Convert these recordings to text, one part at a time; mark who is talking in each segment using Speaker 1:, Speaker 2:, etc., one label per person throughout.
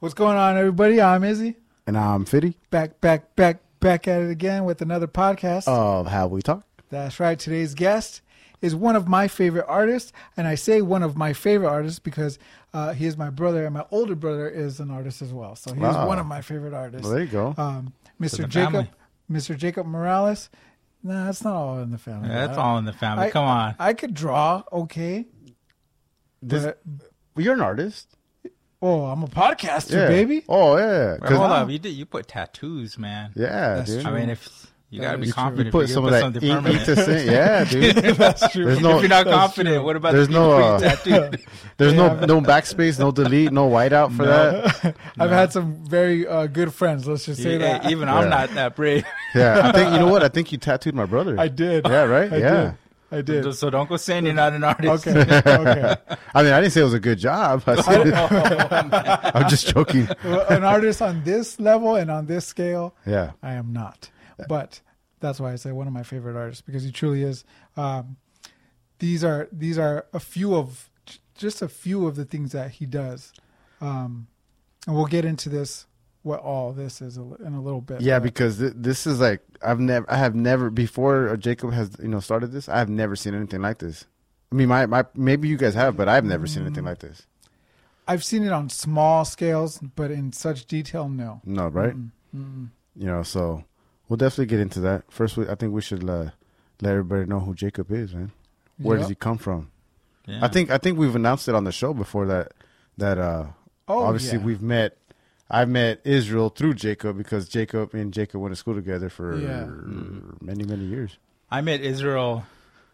Speaker 1: What's going on, everybody? I'm Izzy.
Speaker 2: And I'm Fitty
Speaker 1: Back, back, back, back at it again with another podcast.
Speaker 3: Uh.
Speaker 2: of How We Talk.
Speaker 1: That's right. Today's guest is one of my favorite artists, and I say one of my favorite artists because uh, he is my brother, and my older brother is an artist as well. So he's
Speaker 2: Wow.
Speaker 1: one of my favorite artists.
Speaker 2: Well, there you go.
Speaker 1: Um, Mr.
Speaker 3: the
Speaker 1: Jacob,
Speaker 3: family.
Speaker 1: Mr. Jacob Morales. Nah, that's not all in the family.
Speaker 3: Yeah, that's
Speaker 1: I-
Speaker 3: all in the family.
Speaker 1: I-
Speaker 3: Come on.
Speaker 1: I could draw, okay.
Speaker 2: This-
Speaker 1: but-
Speaker 2: Well, you're an artist.
Speaker 1: oh, I'm a podcaster, baby.
Speaker 2: Oh, yeah. 'cause-
Speaker 3: Hold up. You did. You put tattoos, man.
Speaker 2: yeah,
Speaker 1: That's
Speaker 2: dude.
Speaker 3: I mean, if you gotta be
Speaker 2: Uh, You-
Speaker 3: confident,
Speaker 2: You
Speaker 3: if
Speaker 2: put some of that
Speaker 3: something
Speaker 2: ink
Speaker 3: permanent.
Speaker 2: to sin- Yeah, dude.
Speaker 1: That's true.
Speaker 2: There's no,
Speaker 3: if you're not confident, what about
Speaker 2: There's
Speaker 3: the people
Speaker 2: no,
Speaker 3: you
Speaker 2: uh,
Speaker 3: tattooed?
Speaker 2: there's no, no backspace, no delete, no whiteout for that.
Speaker 1: I've had some very uh, good friends. Let's just say
Speaker 3: Oh, Yeah,
Speaker 1: that.
Speaker 3: Even
Speaker 2: Yeah.
Speaker 3: I'm not that brave.
Speaker 2: Yeah, I think you know what? I think you tattooed my brother.
Speaker 1: I did.
Speaker 2: Yeah, right.
Speaker 1: I
Speaker 2: yeah.
Speaker 1: did. I did.
Speaker 3: so don't go saying you're not an artist.
Speaker 1: Okay. okay.
Speaker 2: I mean, I didn't say it was a good job. I said I'm just joking.
Speaker 1: Well, An artist on this level and on this scale,
Speaker 2: Yeah.
Speaker 1: I am not. But that's why I say one of my favorite artists because he truly is. Um, these are these are a few of j- just a few of the things that he does, um, and we'll get into this what all this is a li- in a little bit.
Speaker 2: Yeah,
Speaker 1: But
Speaker 2: because th- this is like I've never, I have never before uh, Jacob has you know started this. I've never seen anything like this. I mean, my, my maybe you guys have, but I've never seen
Speaker 1: Mm.
Speaker 2: anything like this.
Speaker 1: I've seen it on small scales, but in such detail, no.
Speaker 2: No, right? You know, so we'll definitely get into that. First, we, I think we should uh, let everybody know who Jacob is, man. Where does
Speaker 1: Yep.
Speaker 2: he come from?
Speaker 3: Yeah.
Speaker 2: I think I think we've announced it on the show before that that uh,
Speaker 1: Oh,
Speaker 2: obviously
Speaker 1: yeah.
Speaker 2: we've met. I met Israel through Jacob because Jacob and Jacob went to school together for
Speaker 1: Yeah.
Speaker 2: many many years.
Speaker 3: I met Israel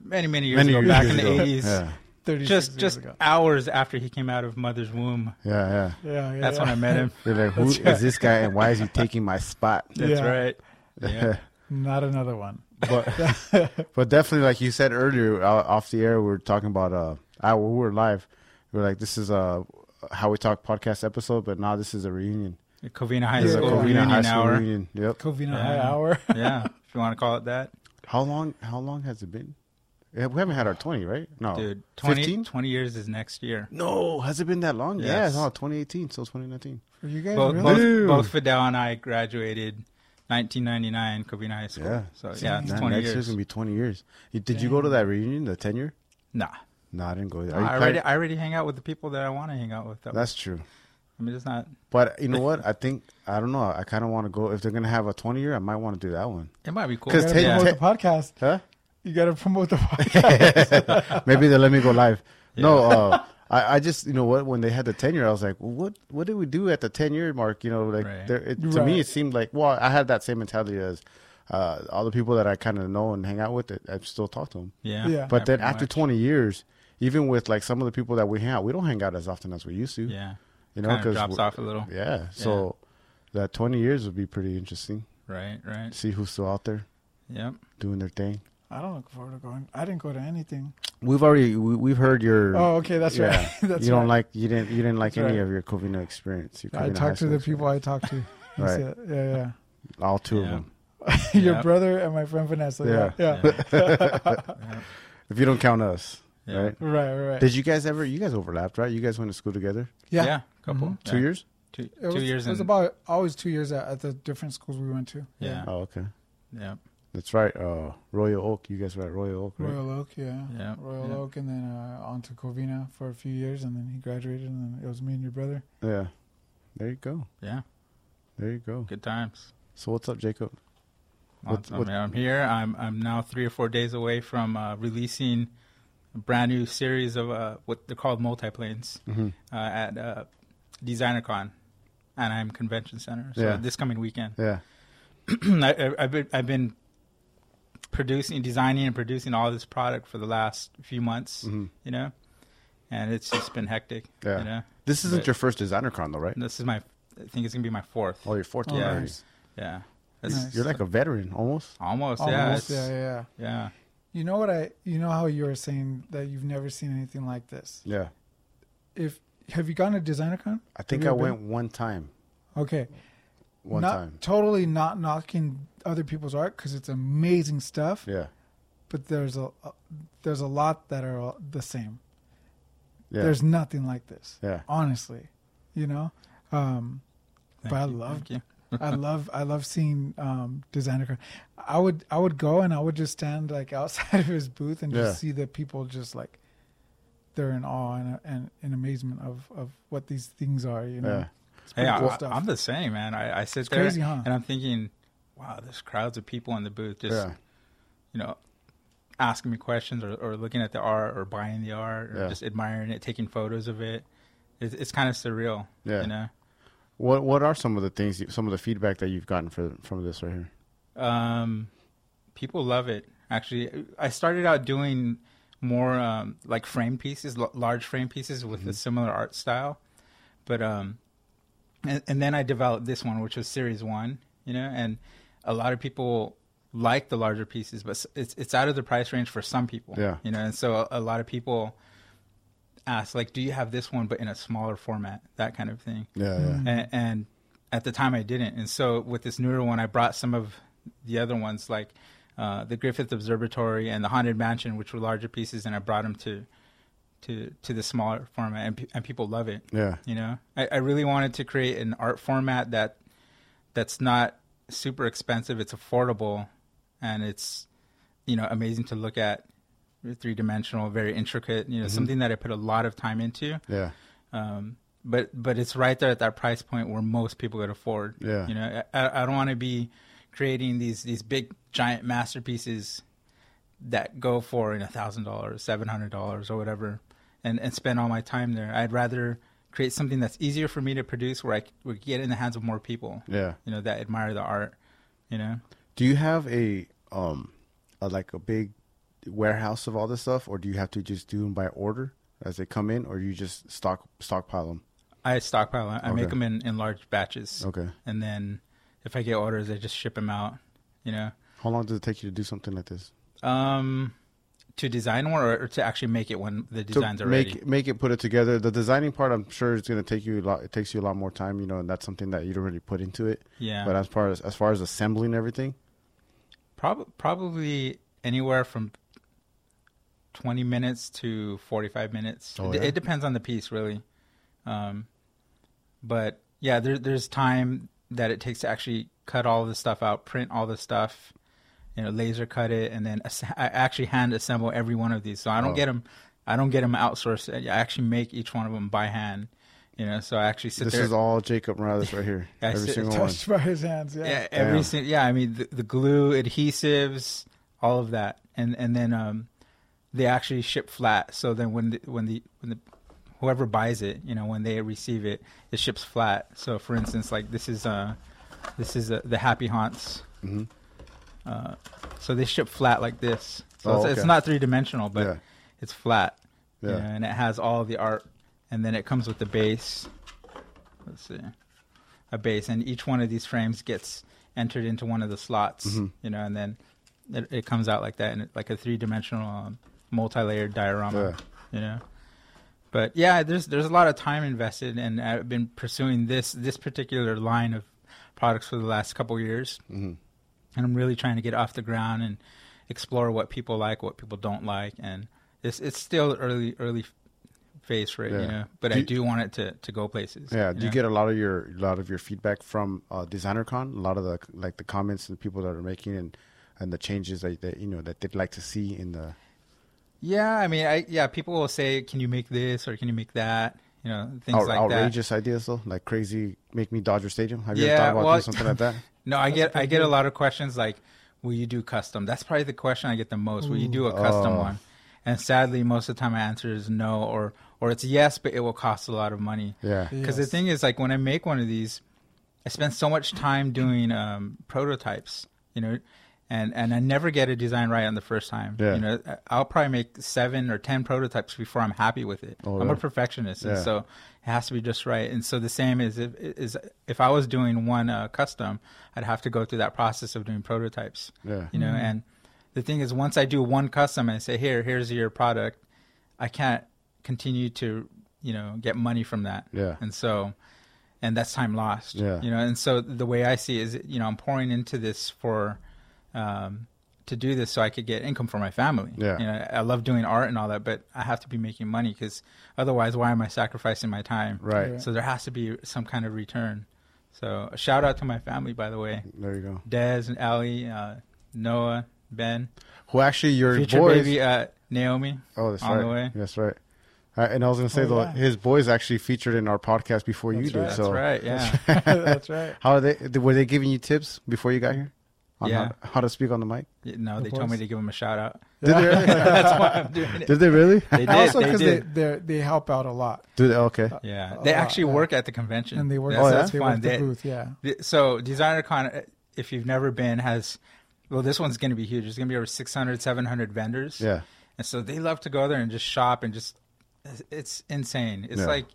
Speaker 3: many, many years
Speaker 2: many
Speaker 3: ago,
Speaker 2: years
Speaker 3: back in
Speaker 2: ago.
Speaker 3: the '80s.
Speaker 2: Yeah,
Speaker 1: 36
Speaker 3: Just,
Speaker 1: years
Speaker 3: just
Speaker 1: ago.
Speaker 3: hours after he came out of mother's womb.
Speaker 2: yeah, yeah.
Speaker 1: Yeah, yeah.
Speaker 3: That's
Speaker 1: yeah.
Speaker 3: when I met him.
Speaker 2: They're like, who is
Speaker 1: right.
Speaker 2: this guy and why is he taking my spot?
Speaker 3: That's
Speaker 1: Yeah.
Speaker 3: right. Yeah.
Speaker 1: Not another one.
Speaker 2: but but definitely like you said earlier uh, off the air we were talking about uh I, we were live we were like this is a how we talk podcast episode but now this is a reunion
Speaker 3: Covina High
Speaker 1: Yeah,
Speaker 2: It's a
Speaker 3: School
Speaker 1: Covina
Speaker 3: reunion
Speaker 2: High School
Speaker 3: hour.
Speaker 2: reunion. yep
Speaker 1: Covina
Speaker 3: Yeah.
Speaker 1: High Hour.
Speaker 3: yeah, if you want to call it that.
Speaker 2: how long how long has it been yeah, we haven't had our 20 right no
Speaker 3: Dude, 20,
Speaker 2: 15?
Speaker 3: 20 years is next year.
Speaker 2: no has it been that long yeah
Speaker 3: Yes.
Speaker 2: it's all 2018 so 2019
Speaker 1: Are you guys
Speaker 3: both,
Speaker 1: really?
Speaker 2: Dude.
Speaker 3: both, both Fidel and I graduated 1999 Covina High School.
Speaker 2: Yeah.
Speaker 3: So yeah, it's
Speaker 2: Man,
Speaker 3: 20
Speaker 2: next year's
Speaker 3: years.
Speaker 2: gonna be 20 years You- did you go to that reunion the tenure
Speaker 3: nah,
Speaker 2: no i didn't go there Are you
Speaker 3: I
Speaker 2: proud-
Speaker 3: already I already hang out with the people that I want to hang out with.
Speaker 2: that's true
Speaker 3: I mean, it's not.
Speaker 2: But you know what? I think I don't know. I kind of want to go if they're gonna have a twenty year. I might want to do that one.
Speaker 3: It might be cool.
Speaker 2: 'Cause
Speaker 1: You gotta
Speaker 2: ten-
Speaker 1: promote
Speaker 2: ten-
Speaker 1: the podcast.
Speaker 2: Huh?
Speaker 1: You gotta promote the podcast.
Speaker 2: Maybe they let me go live. No, uh, I, I just you know what? When they had the ten year, I was like, well, what What did we do at the ten year mark? You know, like
Speaker 3: Right.
Speaker 2: there, it, to
Speaker 1: Right.
Speaker 2: me, it seemed like well, I had that same mentality as uh, all the people that I kind of know and hang out with. I I still talk to them.
Speaker 3: yeah.
Speaker 1: Yeah.
Speaker 2: But then
Speaker 3: pretty
Speaker 2: after
Speaker 3: much.
Speaker 2: twenty years, even with like some of the people that we hang out, we don't hang out as often as we used to.
Speaker 3: yeah,
Speaker 2: you know,
Speaker 3: Kinda
Speaker 2: 'cause
Speaker 3: drops
Speaker 2: we're-
Speaker 3: off a little.
Speaker 2: yeah. So that twenty years would be pretty interesting.
Speaker 3: Right, right.
Speaker 2: See who's still out there.
Speaker 3: Yep.
Speaker 2: doing their thing.
Speaker 1: I don't look forward to going. I didn't go to anything.
Speaker 2: We've already we, we've heard your.
Speaker 1: Oh, okay, that's
Speaker 2: yeah.
Speaker 1: right. that's
Speaker 2: you don't
Speaker 1: right.
Speaker 2: like you didn't you didn't like
Speaker 1: That's
Speaker 2: any
Speaker 1: right.
Speaker 2: of your Covina experience. Your
Speaker 1: I
Speaker 2: Covina high
Speaker 1: talked to
Speaker 2: school
Speaker 1: the people I talked to. That's
Speaker 2: Right.
Speaker 1: it. Yeah,
Speaker 2: experience. all two of
Speaker 3: Yeah.
Speaker 2: them.
Speaker 1: yeah. Your
Speaker 3: Yeah.
Speaker 1: brother and my friend Vanessa. Yeah, yeah.
Speaker 3: Yeah.
Speaker 2: If you don't count us,
Speaker 3: Yeah.
Speaker 2: right?
Speaker 1: Right, right, right.
Speaker 2: Did you guys ever? You guys overlapped, right? You guys went to school together,
Speaker 1: yeah.
Speaker 3: Yeah, couple.
Speaker 2: Mm-hmm. two
Speaker 3: Yeah.
Speaker 2: years.
Speaker 3: Two,
Speaker 1: It was,
Speaker 3: two years.
Speaker 1: It was
Speaker 3: and-
Speaker 1: about always two years at, at the different schools we went to.
Speaker 3: Yeah.
Speaker 2: Oh, okay,
Speaker 3: Yeah.
Speaker 2: that's right. Uh, Royal Oak, you guys were at Royal Oak, right?
Speaker 1: Royal Oak, yeah.
Speaker 3: Yeah,
Speaker 1: Royal
Speaker 3: yeah.
Speaker 1: Oak, and then uh, on to Covina for a few years, and then he graduated, and then it was me and your brother.
Speaker 2: Yeah, there you go,
Speaker 3: Yeah.
Speaker 2: there you go.
Speaker 3: Good times.
Speaker 2: So what's up, Jacob? What-
Speaker 3: Awesome.
Speaker 2: what-
Speaker 3: Yeah, I'm here. I'm I'm now three or four days away from uh, releasing a brand new series of uh, what they're called multiplanes
Speaker 2: Mhm.
Speaker 3: uh, at uh, DesignerCon, Anaheim Convention Center. So
Speaker 2: Yeah.
Speaker 3: this coming weekend,
Speaker 2: Yeah,
Speaker 3: I, I- I've been I've been producing, designing, and producing all this product for the last few months.
Speaker 2: Mhm.
Speaker 3: You know, and it's just been hectic.
Speaker 2: Yeah.
Speaker 3: You know,
Speaker 2: this isn't
Speaker 3: But-
Speaker 2: your first designer con though, right?
Speaker 3: And this is my. I think it's gonna be my fourth.
Speaker 2: Oh, your fourth.
Speaker 1: Oh,
Speaker 2: already.
Speaker 1: nice.
Speaker 3: Yeah.
Speaker 2: You're-
Speaker 3: It's
Speaker 1: Nice.
Speaker 2: You're like a veteran almost.
Speaker 3: almost, Yeah.
Speaker 1: Almost,
Speaker 3: It's,
Speaker 1: yeah,
Speaker 3: yeah.
Speaker 1: yeah, yeah. You know what I? You know how you were saying that you've never seen anything like this.
Speaker 2: Yeah,
Speaker 1: If have you gone to DesignerCon?
Speaker 2: I think
Speaker 1: you
Speaker 2: I
Speaker 1: ever
Speaker 2: went one time.
Speaker 1: Okay,
Speaker 2: One
Speaker 1: not
Speaker 2: time.
Speaker 1: totally not knocking other people's art because it's amazing stuff.
Speaker 2: Yeah.
Speaker 1: But there's a there's a lot that are all the same.
Speaker 2: Yeah.
Speaker 1: There's nothing like this.
Speaker 2: yeah.
Speaker 1: Honestly, you know, um, but I love I love I love seeing um, designer. car- I would I would go and I would just stand like outside of his booth and just
Speaker 2: Yeah.
Speaker 1: see the people just like they're in awe and and in amazement of of what these things are. You know,
Speaker 2: Yeah.
Speaker 1: It's
Speaker 3: Hey,
Speaker 1: pretty
Speaker 3: I,
Speaker 1: cool
Speaker 3: I- I'm the same, man. I, I sit
Speaker 1: It's
Speaker 3: there
Speaker 1: crazy, huh?
Speaker 3: and I'm thinking, wow, there's crowds of people in the booth just,
Speaker 2: yeah.
Speaker 3: you know, asking me questions or, or looking at the art or buying the art or
Speaker 2: Yeah.
Speaker 3: just admiring it, taking photos of it. It's, it's kind of surreal,
Speaker 2: Yeah.
Speaker 3: you know?
Speaker 2: What What are some of the things? you- Some of the feedback that you've gotten for, from this right here?
Speaker 3: Um, people love it. Actually, I started out doing more um, like frame pieces, l- large frame pieces with a similar art style, but um, and, and then I developed this one, which was series one. You know, and a lot of people like the larger pieces, but s- it's it's out of the price range for some people.
Speaker 2: Yeah.
Speaker 3: you know, and so a, a lot of people ask like, "Do you have this one, but in a smaller format?" That kind of thing
Speaker 2: Yeah,
Speaker 1: Mm.
Speaker 3: and, and at the time I didn't. And so with this newer one, I brought some of the other ones, like uh, the Griffith Observatory and the Haunted Mansion, which were larger pieces, and I brought them to to to the smaller format, and, pe- and people love it.
Speaker 2: yeah,
Speaker 3: You know, I, I really wanted to create an art format that that's not super expensive. It's affordable, and it's you know amazing to look at, three dimensional, very intricate. You know, something that I put a lot of time into
Speaker 2: yeah,
Speaker 3: um, but but it's right there at that price point where most people could afford.
Speaker 2: Yeah.
Speaker 3: you know, I, I don't want to be creating these these big giant masterpieces that go for a thousand dollars, seven hundred dollars, or whatever, and and spend all my time there. I'd rather create something that's easier for me to produce, where I c- would get in the hands of more people,
Speaker 2: yeah.
Speaker 3: you know, that admire the art. You know,
Speaker 2: Do you have a um, a, like a big warehouse of all this stuff, or do you have to just do them by order as they come in, or you just stock stockpile them?
Speaker 3: I stockpile. I, I make
Speaker 2: Okay.
Speaker 3: them in in large batches,
Speaker 2: Okay.
Speaker 3: and then if I get orders, I just ship them out. You know,
Speaker 2: How long does it take you to do something like this?
Speaker 3: Um, to design one or, or to actually make it when the designs
Speaker 2: to
Speaker 3: are
Speaker 2: make
Speaker 3: ready.
Speaker 2: make it put it together. The designing part, I'm sure, is going to take you a lot. It takes you a lot more time, you know, and that's something that you don't really put into it.
Speaker 3: Yeah,
Speaker 2: But as far as as far as assembling everything,
Speaker 3: Prob- probably anywhere from twenty minutes to forty-five minutes.
Speaker 2: Oh,
Speaker 3: it,
Speaker 2: yeah?
Speaker 3: it depends on the piece, really. Um, but yeah, there, there's time that it takes to actually cut all the stuff out, print all the stuff, you know, laser cut it, and then ass- I actually hand assemble every one of these. So I don't
Speaker 2: Oh.
Speaker 3: get 'em get them. I don't get them outsourced. I actually make each one of them by hand. You know, so I actually sit
Speaker 2: this
Speaker 3: there.
Speaker 2: is all Jacob Morales right here.
Speaker 3: I
Speaker 2: Every
Speaker 3: sit-
Speaker 2: single one.
Speaker 1: touched by his hands. Yeah,
Speaker 3: yeah, every
Speaker 2: Damn.
Speaker 3: single yeah. I mean, the, the glue, adhesives, all of that, and and then um, they actually ship flat. So then when the, when the when the whoever buys it, you know, when they receive it, it ships flat. So for instance, like this is uh this is uh, the Happy Haunts.
Speaker 2: Mhm.
Speaker 3: Uh, so they ship flat like this. So
Speaker 2: Oh,
Speaker 3: it's, it's
Speaker 2: okay.
Speaker 3: not three dimensional, but
Speaker 2: Yeah.
Speaker 3: it's flat. you
Speaker 2: Yeah.
Speaker 3: know, and it has all the art, and then it comes with the base. Let's see, a base, and each one of these frames gets entered into one of the slots.
Speaker 2: Mhm.
Speaker 3: You know, and then it, it comes out like that, and it, like a three dimensional, um, multi-layered diorama. You know, but yeah, there's there's a lot of time invested, and I've been pursuing this this particular line of products for the last couple years
Speaker 2: Mhm.
Speaker 3: and I'm really trying to get off the ground and explore what people like, what people don't like, and it's it's still early early phase for it,
Speaker 2: Yeah.
Speaker 3: you know. But
Speaker 2: Do
Speaker 3: I
Speaker 2: you-
Speaker 3: do want it to to go places.
Speaker 2: Yeah. Do you
Speaker 3: know?
Speaker 2: get a lot of your a lot of your feedback from uh, DesignerCon? A lot of the like the comments and people that are making and and the changes that, that you know that they'd like to see in the
Speaker 3: Yeah, I mean, I yeah, people will say, "Can you make this or can you make that?" You know, things
Speaker 2: out,
Speaker 3: like that.
Speaker 2: outrageous ideas though, like crazy make me Dodger Stadium. Have you
Speaker 3: Yeah,
Speaker 2: ever thought about
Speaker 3: well-
Speaker 2: doing something like that?
Speaker 3: No, I
Speaker 1: That's
Speaker 3: get I
Speaker 1: pretty
Speaker 3: get a
Speaker 1: good.
Speaker 3: lot of questions like, "Will you do custom?" That's probably the question I get the most. Will you do a
Speaker 2: Ooh.
Speaker 3: custom
Speaker 2: Oh.
Speaker 3: one? And sadly, most of the time, my answer is no, or or it's yes, but it will cost a lot of money.
Speaker 2: Yeah.
Speaker 3: Because the
Speaker 1: Yes.
Speaker 3: thing is, like when I make one of these, I spend so much time doing um, prototypes, you know, and and I never get a design right on the first time.
Speaker 2: Yeah.
Speaker 3: You know, I- I'll probably make seven or ten prototypes before I'm happy with it.
Speaker 2: Oh,
Speaker 3: I'm a
Speaker 2: really?
Speaker 3: perfectionist, and
Speaker 2: Yeah.
Speaker 3: so it has to be just right. And so the same is if is if I was doing one uh, custom, I'd have to go through that process of doing prototypes
Speaker 2: Yeah.
Speaker 3: you know
Speaker 1: Mhm.
Speaker 3: and the thing is once i do one custom and I say here here's your product i can't continue to you know get money from that
Speaker 2: Yeah.
Speaker 3: and so and that's time lost
Speaker 2: Yeah.
Speaker 3: you know and so the way i see it is you know i'm pouring into this for um to do this so i could get income for my family
Speaker 2: Yeah.
Speaker 3: you know i love doing art and all that but i have to be making money because otherwise why am i sacrificing my time
Speaker 2: Right.
Speaker 1: Yeah.
Speaker 3: so there has to be some kind of return So a shout out to my family, by the way,
Speaker 2: There you go.
Speaker 3: Dez and Ali, uh, Noah, Ben,
Speaker 2: Who actually your
Speaker 3: future
Speaker 2: boys?
Speaker 3: baby uh, Naomi.
Speaker 2: oh, that's
Speaker 3: on
Speaker 2: right.
Speaker 3: the way.
Speaker 2: That's right. Uh, and I was gonna say
Speaker 1: Oh,
Speaker 2: the,
Speaker 1: yeah.
Speaker 2: his boys actually featured in our podcast before you
Speaker 1: That's
Speaker 2: did.
Speaker 1: right.
Speaker 3: That's
Speaker 2: so
Speaker 3: right. Yeah.
Speaker 1: That's right.
Speaker 2: how are they? Were they giving you tips before you got here? On
Speaker 3: Yeah.
Speaker 2: How, how to speak on the mic?
Speaker 3: Yeah, no,
Speaker 1: The
Speaker 3: they told me
Speaker 1: boys.
Speaker 3: to give him a shout out.
Speaker 2: Did they? Really?
Speaker 3: That's why I'm doing it.
Speaker 2: did they really?
Speaker 3: They Uh, did.
Speaker 1: also
Speaker 3: they
Speaker 1: because they,
Speaker 3: did.
Speaker 1: they they help out a lot
Speaker 2: Do they? Okay.
Speaker 3: yeah,
Speaker 1: a
Speaker 3: they
Speaker 1: lot,
Speaker 3: actually
Speaker 1: Oh, yeah.
Speaker 3: work at the convention.
Speaker 1: and they work
Speaker 3: That's,
Speaker 2: Oh, yeah?
Speaker 1: that's
Speaker 3: that's
Speaker 1: they
Speaker 3: fun.
Speaker 1: work the
Speaker 3: They-
Speaker 1: booth yeah
Speaker 3: th- so Designer Con, uh, if you've never been, has well, this one's going to be huge. There's going to be over 600, 700 vendors.
Speaker 2: Yeah.
Speaker 3: And so they love to go there and just shop and just it's- it's insane. It's
Speaker 2: Yeah.
Speaker 3: like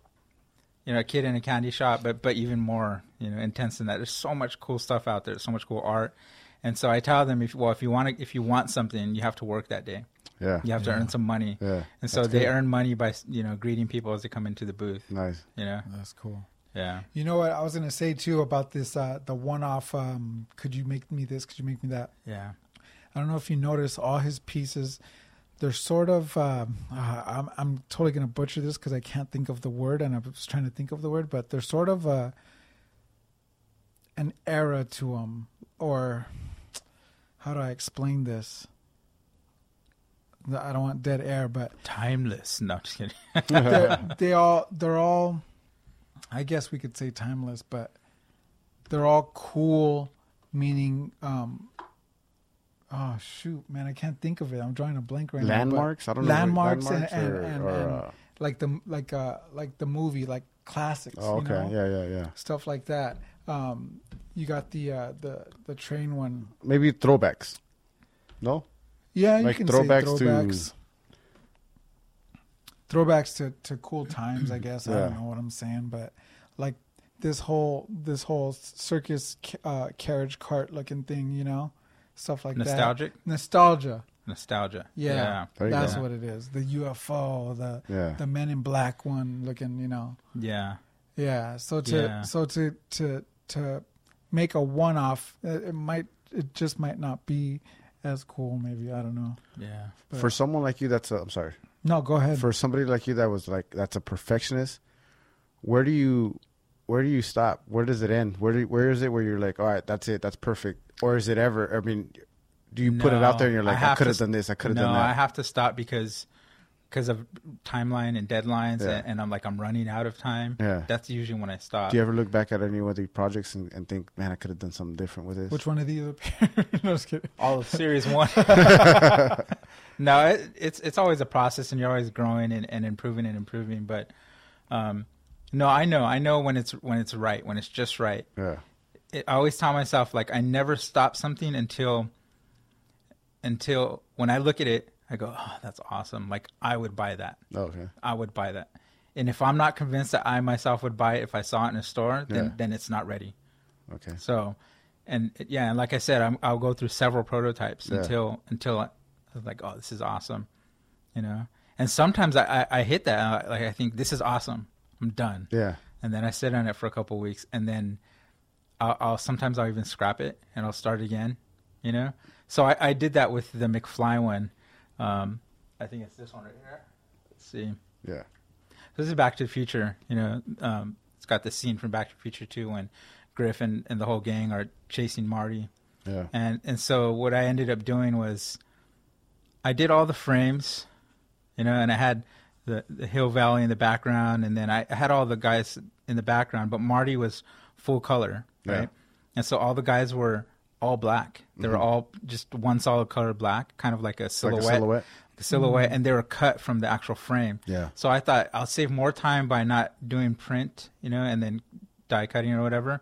Speaker 3: you know a kid in a candy shop, but but even more you know intense than that. There's so much cool stuff out there. So much cool art. And so I tell them if well if you want to, if you want something you have to work that day.
Speaker 2: Yeah.
Speaker 3: You have to earn some money.
Speaker 2: Yeah.
Speaker 3: And so
Speaker 2: That's
Speaker 3: they
Speaker 2: good.
Speaker 3: earn money by you know greeting people as they come into the booth.
Speaker 2: Nice.
Speaker 3: You know,
Speaker 4: That's cool.
Speaker 3: yeah,
Speaker 1: you know what i was going to say too about this uh the one-off um could you make me this could you make me that
Speaker 3: yeah.
Speaker 1: I don't know if you notice all his pieces. They're sort of. Um, uh, I'm I'm totally gonna butcher this because I can't think of the word, and I was trying to think of the word, but they're sort of uh an era to them, or how do I explain this? No, I don't want dead air, but
Speaker 3: Timeless. No, I'm just kidding.
Speaker 1: they're- they all they're all. I guess we could say timeless, but they're all cool, meaning. um Oh shoot, man! I can't think of it. I'm drawing a blank right now. but-
Speaker 2: landmarks. I don't
Speaker 1: landmarks
Speaker 2: know.
Speaker 1: and- and- and- and-
Speaker 2: uh,
Speaker 1: like the like uh like the movie like classics
Speaker 2: oh, okay.
Speaker 1: you know?
Speaker 2: Yeah, yeah, yeah.
Speaker 1: stuff like that um you got the uh the the train one
Speaker 2: Maybe throwbacks. No,
Speaker 1: yeah you
Speaker 2: Like
Speaker 1: can
Speaker 2: throwbacks
Speaker 1: say
Speaker 2: to-
Speaker 1: throwbacks throwbacks to to cool times i guess i don't
Speaker 2: Yeah.
Speaker 1: know what i'm saying but like this whole this whole circus ca- uh carriage cart looking thing you know stuff like
Speaker 3: Nostalgic.
Speaker 1: that nostalgia
Speaker 3: Nostalgia.
Speaker 1: yeah,
Speaker 2: There you
Speaker 1: that's
Speaker 3: go.
Speaker 1: what it is the ufo the
Speaker 2: yeah.
Speaker 1: the men in black one looking you know
Speaker 3: Yeah.
Speaker 1: Yeah. So to
Speaker 3: Yeah.
Speaker 1: so to to to make a one off, it, it might it just might not be as cool. Maybe I don't know.
Speaker 3: Yeah.
Speaker 1: But-
Speaker 2: for someone like you, that's a, I'm sorry.
Speaker 1: No, go ahead.
Speaker 2: For somebody like you, that was like that's a perfectionist. Where do you, where do you stop? Where does it end? Where do you, where is it where you're like, all right, that's it, that's perfect, or is it ever? I mean, do you put it out there and you're
Speaker 3: No, I
Speaker 2: like, I,
Speaker 3: have
Speaker 2: could have
Speaker 3: to-
Speaker 2: done this, I could have
Speaker 3: no,
Speaker 2: done
Speaker 3: I
Speaker 2: that.
Speaker 3: have to stop because because of timeline and deadlines,
Speaker 2: Yeah.
Speaker 3: and, and I'm like I'm running out of time.
Speaker 2: Yeah.
Speaker 3: That's usually when I stop.
Speaker 2: do you ever look back at any of the projects and, and think, man, I could have done something different with this?
Speaker 1: Which one of these? appear- no, just kidding.
Speaker 3: All of series one. no, it, it's it's always a process, and you're always growing and, and improving and improving. But um, no, I know, I know when it's when it's right, when it's just right.
Speaker 2: yeah,
Speaker 3: it, I always tell myself like I never stop something until until when I look at it, I go, "Oh, that's awesome! Like I would buy that.
Speaker 2: Oh, okay,
Speaker 3: I would buy that." And if I'm not convinced that I myself would buy it if I saw it in a store, then
Speaker 2: Yeah.
Speaker 3: then it's not ready.
Speaker 2: okay,
Speaker 3: So, and yeah, and like I said, I'm, I'll go through several prototypes
Speaker 2: Yeah.
Speaker 3: until until I, I'm like, "Oh, this is awesome," you know. And sometimes I I, I hit that I, like I think this is awesome. I'm done
Speaker 2: yeah,
Speaker 3: and then I sit on it for a couple weeks, and then I'll, I'll sometimes I'll even scrap it and I'll start again, you know. So I, I did that with the McFly one. Um, I think it's this one right here. Let's see.
Speaker 2: yeah,
Speaker 3: This is Back to the Future. You know, um, it's got the scene from Back to the Future too, when Griff and, and the whole gang are chasing Marty,
Speaker 2: yeah,
Speaker 3: and and so what I ended up doing was, I did all the frames, you know, and I had the, the hill valley in the background, and then I I had all the guys in the background, but Marty was full color, right?
Speaker 2: Yeah.
Speaker 3: And so all the guys were all black. They were all just one solid color black, kind of like a
Speaker 2: like
Speaker 3: silhouette,
Speaker 2: a silhouette.
Speaker 3: the silhouette, and they were cut from the actual frame.
Speaker 2: Yeah.
Speaker 3: So I thought I'll save more time by not doing print, you know, and then die cutting or whatever,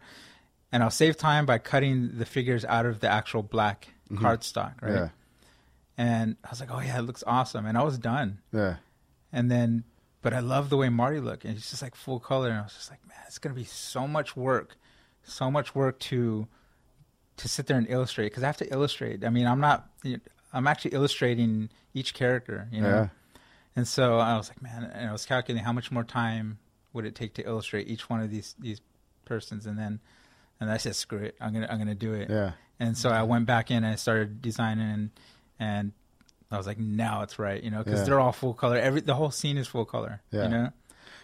Speaker 3: and I'll save time by cutting the figures out of the actual black cardstock, right?
Speaker 2: Mm-hmm. Yeah,
Speaker 3: And I was like, oh yeah, it looks awesome, and I was done.
Speaker 2: yeah,
Speaker 3: And then, but I love the way Marty looked, and he's just like full color, and I was just like, man, it's gonna be so much work, so much work to to sit there and illustrate because I have to illustrate. I mean, I'm not, you I'm actually illustrating each character, you know.
Speaker 2: yeah,
Speaker 3: And so I was like, man, and I was calculating how much more time would it take to illustrate each one of these these persons, and then, and I said, screw it, I'm gonna I'm gonna do it.
Speaker 2: yeah.
Speaker 3: And so I went back in and I started designing, and and I was like, now it's right, you know, because
Speaker 2: Yeah.
Speaker 3: they're all full color. Every the whole scene is full color,
Speaker 2: Yeah.
Speaker 3: you know.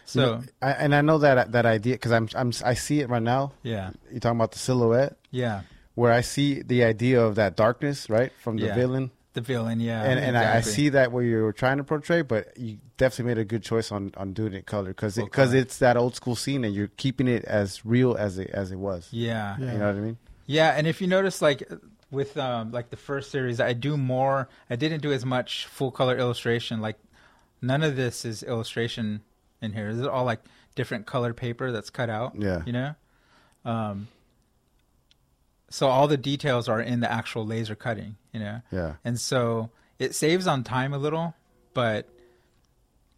Speaker 3: So
Speaker 2: I, and I know that that idea because I'm I'm I see it right now.
Speaker 3: yeah,
Speaker 2: You're talking about the silhouette
Speaker 3: yeah,
Speaker 2: where I see the idea of that darkness, right, from the
Speaker 3: Yeah.
Speaker 2: villain,
Speaker 3: the villain. Yeah,
Speaker 2: and and I, I
Speaker 3: exactly.
Speaker 2: see that what you were trying to portray, but you definitely made a good choice on on doing it color because
Speaker 3: Full
Speaker 2: because
Speaker 3: color.
Speaker 2: it's that old school scene and you're keeping it as real as it as it was.
Speaker 3: Yeah,
Speaker 1: Yeah.
Speaker 2: You know what I mean?
Speaker 3: Yeah, and if you notice, like with um, like the first series, I do more. I didn't do as much full color illustration. Like none of this is illustration in here. This is all like different colored paper that's cut out.
Speaker 2: Yeah.
Speaker 3: you know. Um, so all the details are in the actual laser cutting. You know,
Speaker 2: Yeah.
Speaker 3: and so it saves on time a little, but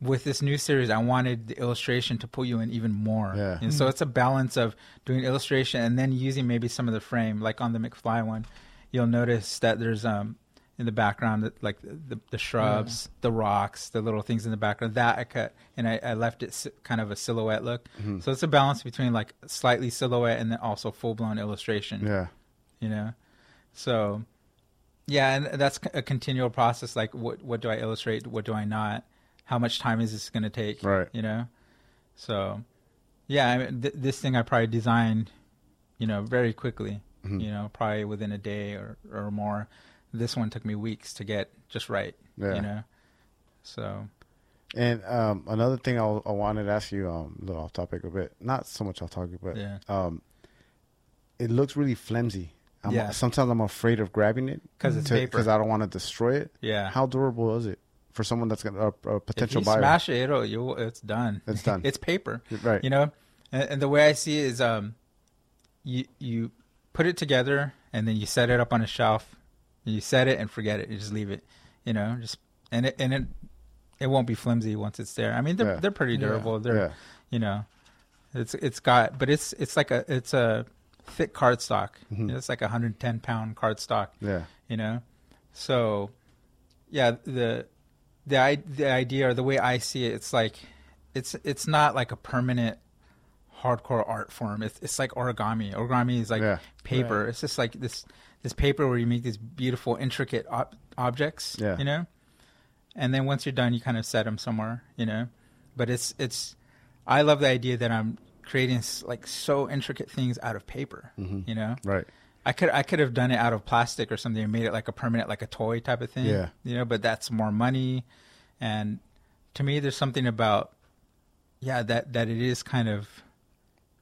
Speaker 3: with this new series, I wanted the illustration to pull you in even more.
Speaker 2: Yeah.
Speaker 3: And so it's a balance of doing illustration and then using maybe some of the frame, like on the McFly one, you'll notice that there's um in the background that like the, the shrubs, the rocks, the little things in the background that I cut and I, I left it s- kind of a silhouette look.
Speaker 2: Mm-hmm.
Speaker 3: So it's a balance between like slightly silhouette and then also full blown illustration
Speaker 2: Yeah.
Speaker 3: you know so yeah and that's a continual process like what what do i illustrate what do i not how much time is this going to take
Speaker 2: Right.
Speaker 3: you know so yeah I mean, th- this thing i probably designed you know very quickly
Speaker 2: Mm-hmm.
Speaker 3: you know probably within a day or or more this one took me weeks to get just right
Speaker 2: Yeah.
Speaker 3: you know so
Speaker 2: And um, another thing I, I wanted to ask you, um, a little off topic a bit, not so much off topic, but
Speaker 3: Yeah.
Speaker 2: um, it looks really flimsy. I'm,
Speaker 3: Yeah.
Speaker 2: Sometimes I'm afraid of grabbing it
Speaker 3: 'Cause it's
Speaker 2: to-
Speaker 3: paper.
Speaker 2: I don't want to destroy it.
Speaker 3: yeah
Speaker 2: How durable is it for someone that's gonna, a, a
Speaker 3: if
Speaker 2: potential
Speaker 3: you
Speaker 2: buyer?
Speaker 3: smash it it'll you it's done
Speaker 2: It's done.
Speaker 3: it's paper
Speaker 2: right.
Speaker 3: you know and, and the way i see it is um you you put it together and then you set it up on a shelf you set it and forget it you just leave it you know just and it and it it won't be flimsy once it's there i mean they're
Speaker 2: Yeah.
Speaker 3: they're pretty
Speaker 1: Yeah.
Speaker 3: durable they're
Speaker 2: yeah.
Speaker 3: you know it's it's got but it's it's like a it's a thick cardstock
Speaker 2: Mm-hmm.
Speaker 3: You know, it's like a 110 pound cardstock
Speaker 2: Yeah.
Speaker 3: you know so yeah the the i- the idea or the way i see it it's like it's it's not like a permanent hardcore art form it's it's like origami origami is like
Speaker 2: Yeah.
Speaker 3: paper it's just like this this paper where you make these beautiful intricate ob- objects
Speaker 2: Yeah.
Speaker 3: you know and then once you're done you kind of set them somewhere you know but it's it's i love the idea that i'm creating s- like so intricate things out of paper
Speaker 2: Mm-hmm.
Speaker 3: you know
Speaker 2: Right.
Speaker 3: I could I could have done it out of plastic or something and made it like a permanent like a toy type of thing.
Speaker 2: Yeah.
Speaker 3: You know, but that's more money and to me there's something about yeah, that that it is kind of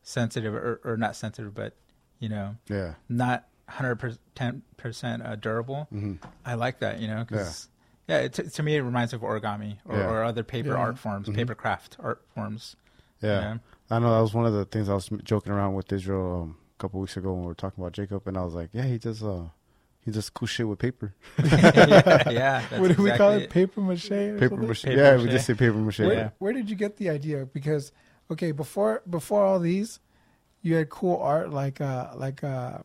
Speaker 3: sensitive or, or not sensitive but you know,
Speaker 2: Yeah.
Speaker 3: not 110% uh, durable.
Speaker 1: Mm-hmm.
Speaker 3: I like that, you know, cuz yeah, it, to, to me it reminds of origami or,
Speaker 2: Yeah.
Speaker 3: or other paper
Speaker 1: Yeah. Mm-hmm.
Speaker 3: art forms, paper craft art forms.
Speaker 2: Yeah.
Speaker 3: Yeah.
Speaker 2: I know that was one of the things I was joking around with Israel um, a couple weeks ago when we were talking about Jacob, and I was like, yeah, he does, uh, he does cool shit with paper.
Speaker 3: yeah, yeah, that's
Speaker 1: what do we call
Speaker 3: exactly
Speaker 1: it? Paper mache. or
Speaker 2: Paper
Speaker 1: something?
Speaker 2: mache.
Speaker 3: Paper
Speaker 2: yeah, we
Speaker 3: mache.
Speaker 2: just say paper mache.
Speaker 1: Where,
Speaker 3: Yeah.
Speaker 1: where did you get the idea? Because okay, before before all these, you had cool art like uh like uh,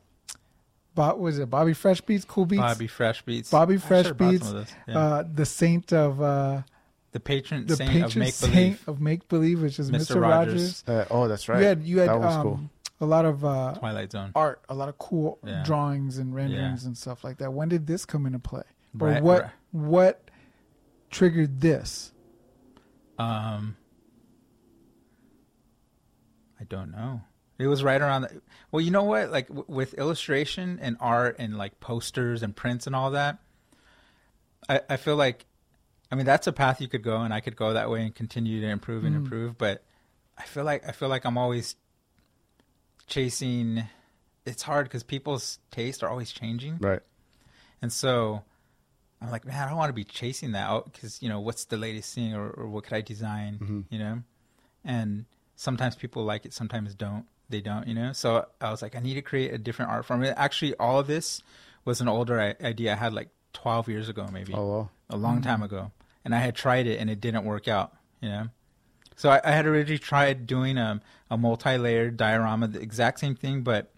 Speaker 1: Bob was it Bobby Fresh Beats, Cool Beats,
Speaker 3: Bobby Fresh Beats.
Speaker 1: Bobby
Speaker 3: I should've
Speaker 1: Fresh
Speaker 3: brought some
Speaker 1: Beats,
Speaker 3: of those, yeah.
Speaker 1: uh, the Saint of uh,
Speaker 3: the patron
Speaker 1: the
Speaker 3: saint
Speaker 1: patron
Speaker 3: of make
Speaker 1: Saint
Speaker 3: believe.
Speaker 1: of Make Believe, which is
Speaker 3: Mr.
Speaker 1: Mister Rogers.
Speaker 3: Rogers.
Speaker 2: Uh, oh, that's right.
Speaker 1: You had you had
Speaker 2: that was
Speaker 1: um,
Speaker 2: cool.
Speaker 1: a lot of uh,
Speaker 3: Twilight Zone.
Speaker 1: art, a lot of cool
Speaker 3: Yeah.
Speaker 1: drawings and renderings and stuff like that. When did this come into play, or
Speaker 3: Right,
Speaker 1: what
Speaker 3: right.
Speaker 1: what triggered this?
Speaker 3: Um, I don't know. It was right around. The, well, you know what? Like w- with illustration and art and like posters and prints and all that, I, I feel like, I mean, that's a path you could go, and I could go that way and continue to improve
Speaker 1: Mm.
Speaker 3: and improve. But I feel like I feel like I'm always chasing. It's hard because people's tastes are always changing.
Speaker 2: Right.
Speaker 3: And so I'm like, man, I don't want to be chasing that out because, you know, what's the latest thing or, or what could I design, you know? And sometimes people like it, sometimes don't. They don't, you know? So I was like, I need to create a different art form. And actually, all of this was an older i- idea I had like 12 years ago, maybe
Speaker 2: Oh, well.
Speaker 3: a long time ago. And I had tried it and it didn't work out, you know? So I, I had already tried doing um, a multi layered diorama, the exact same thing, but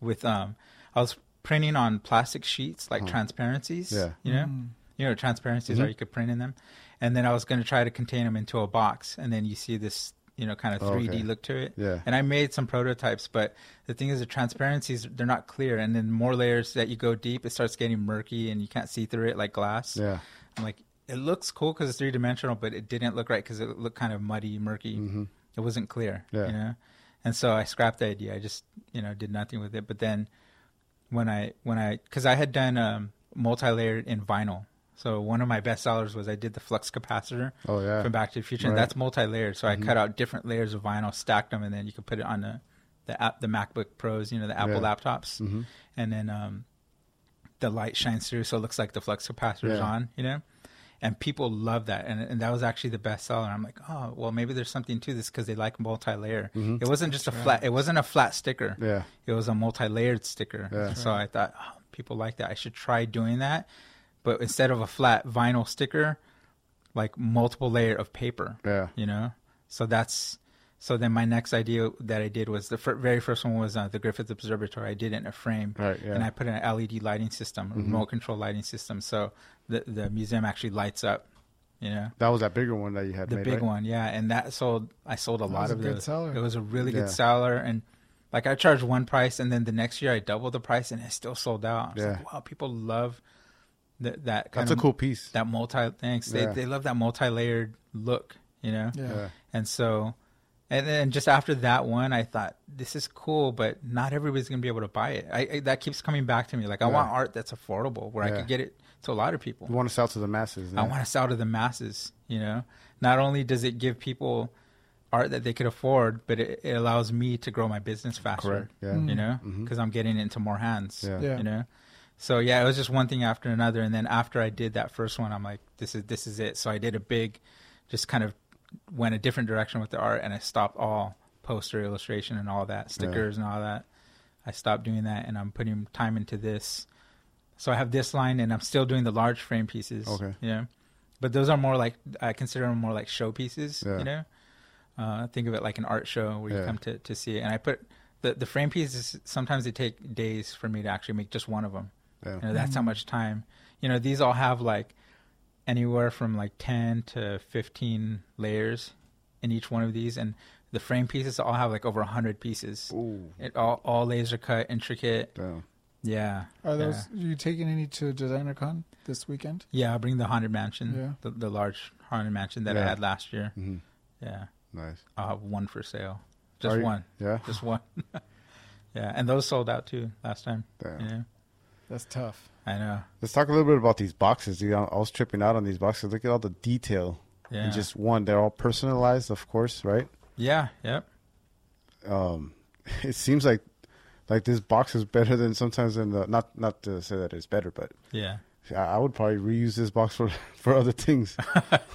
Speaker 3: with um I was printing on plastic sheets like transparencies.
Speaker 2: Mm-hmm. Yeah. Mm-hmm.
Speaker 3: You know? You know what transparencies are you could print in them. And then I was gonna try to contain them into a box and then you see this, you know, kind of
Speaker 2: Oh,
Speaker 3: three D
Speaker 2: okay.
Speaker 3: look to it.
Speaker 2: Yeah.
Speaker 3: And I made some prototypes, but the thing is the transparencies they're not clear and then more layers that you go deep it starts getting murky and you can't see through it like glass.
Speaker 2: Yeah.
Speaker 3: I'm like, it looks cool because it's three dimensional, but it didn't look right because it looked kind of muddy, murky. It wasn't clear.
Speaker 2: Yeah.
Speaker 3: You know? And so I scrapped the idea. I just, you know, did nothing with it. But then when I when I because I had done um, multi-layered in vinyl. So one of my best sellers was I did the flux capacitor
Speaker 2: Oh yeah.
Speaker 3: from Back to the Future, and
Speaker 2: Right. Mm-hmm.
Speaker 3: that's multi-layered. So I cut out different layers of vinyl, stacked them, and then you could put it on the the app, the MacBook Pros, you know, the Apple
Speaker 2: Yeah. Mm-hmm.
Speaker 3: laptops, and then um, the light shines through, so it looks like the flux capacitor is
Speaker 2: Yeah.
Speaker 3: on, you know. And people love that, and and that was actually the best seller. I'm like, oh, well, maybe there's something to this because they like multi-layer.
Speaker 2: Mm-hmm.
Speaker 3: It wasn't just a flat. It wasn't a flat sticker
Speaker 2: Yeah.
Speaker 3: it was a multi-layered sticker
Speaker 2: Yeah.
Speaker 3: so i thought oh, people like that i should try doing that but instead of a flat vinyl sticker like multiple layer of paper
Speaker 2: Yeah.
Speaker 3: you know so that's so then my next idea that i did was the fir- very first one was uh, the griffith observatory i did it in a frame
Speaker 2: Right, yeah. Mm-hmm.
Speaker 3: and i put in an led lighting system a remote control lighting system so the, the museum actually lights up you know
Speaker 2: That was that bigger one that you had
Speaker 3: the
Speaker 2: made.
Speaker 3: big
Speaker 2: right?
Speaker 3: one yeah and that sold i sold a lot
Speaker 1: was a
Speaker 3: of
Speaker 1: good
Speaker 3: those
Speaker 1: seller.
Speaker 3: it was a really
Speaker 2: Yeah.
Speaker 3: good seller and like i charged one price and then the next year i doubled the price and it still sold out I was
Speaker 2: Yeah.
Speaker 3: like, wow people love th- that kind
Speaker 2: That's
Speaker 3: of
Speaker 2: a cool piece.
Speaker 3: that multi thanks
Speaker 2: Yeah.
Speaker 3: they, they love that multi-layered look you know
Speaker 1: Yeah.
Speaker 2: yeah.
Speaker 3: and so and then just after that one i thought this is cool but not everybody's gonna be able to buy it i, I that keeps coming back to me like i
Speaker 2: Yeah.
Speaker 3: want art that's affordable where
Speaker 2: Yeah.
Speaker 3: i could get it to a lot of people
Speaker 2: You want to sell to the masses.
Speaker 3: I
Speaker 2: man.
Speaker 3: want to sell to the masses. You know, not only does it give people art that they could afford, but it, it allows me to grow my business faster.
Speaker 2: Correct. Yeah.
Speaker 1: Mm.
Speaker 3: You know,
Speaker 2: Mhm.
Speaker 3: because I'm getting it into more hands.
Speaker 2: Yeah.
Speaker 1: Yeah.
Speaker 3: You know, so yeah, it was just one thing after another, and then after I did that first one, I'm like, this is this is it. So I did a big, just kind of went a different direction with the art, and I stopped all poster illustration and all that stickers and all that. I stopped doing that, and I'm putting time into this. So I have this line, and I'm still doing the large frame pieces.
Speaker 2: Okay.
Speaker 3: Yeah, but those are more like I consider them more like show pieces.
Speaker 2: Yeah.
Speaker 3: You know, uh, think of it like an art show where
Speaker 2: Yeah.
Speaker 3: you come to to see it. And I put the the frame pieces. Sometimes they take days for me to actually make just one of them.
Speaker 2: Yeah.
Speaker 3: You know, that's how much time. You know, these all have like anywhere from like 10 to 15 layers in each one of these. And the frame pieces all have like over 100 pieces.
Speaker 2: Ooh.
Speaker 3: It all, all laser cut, intricate.
Speaker 2: Damn.
Speaker 3: Yeah.
Speaker 1: Are those you taking any to DesignerCon this weekend?
Speaker 3: Yeah, I bring the Haunted Mansion,
Speaker 1: Yeah.
Speaker 3: the, the large Haunted Mansion that I
Speaker 2: Yeah.
Speaker 3: had last year.
Speaker 2: Mhm.
Speaker 3: Yeah.
Speaker 2: Nice.
Speaker 3: I'll have one for sale.
Speaker 2: Are
Speaker 3: Just
Speaker 2: you-
Speaker 3: one.
Speaker 2: Yeah.
Speaker 3: Just one. yeah. And those sold out too last time.
Speaker 2: Damn.
Speaker 3: Yeah.
Speaker 1: That's tough.
Speaker 3: I know.
Speaker 2: Let's talk a little bit about these boxes. Dude. I I was tripping out on these boxes. Look at all the detail.
Speaker 3: Yeah.
Speaker 2: And just one, they're all personalized, of course, right?
Speaker 3: yeah. Yep.
Speaker 2: Um, it seems like like this box is better than sometimes than the not not to say that it's better, but
Speaker 3: Yeah.
Speaker 2: I, I would probably reuse this box for for other things.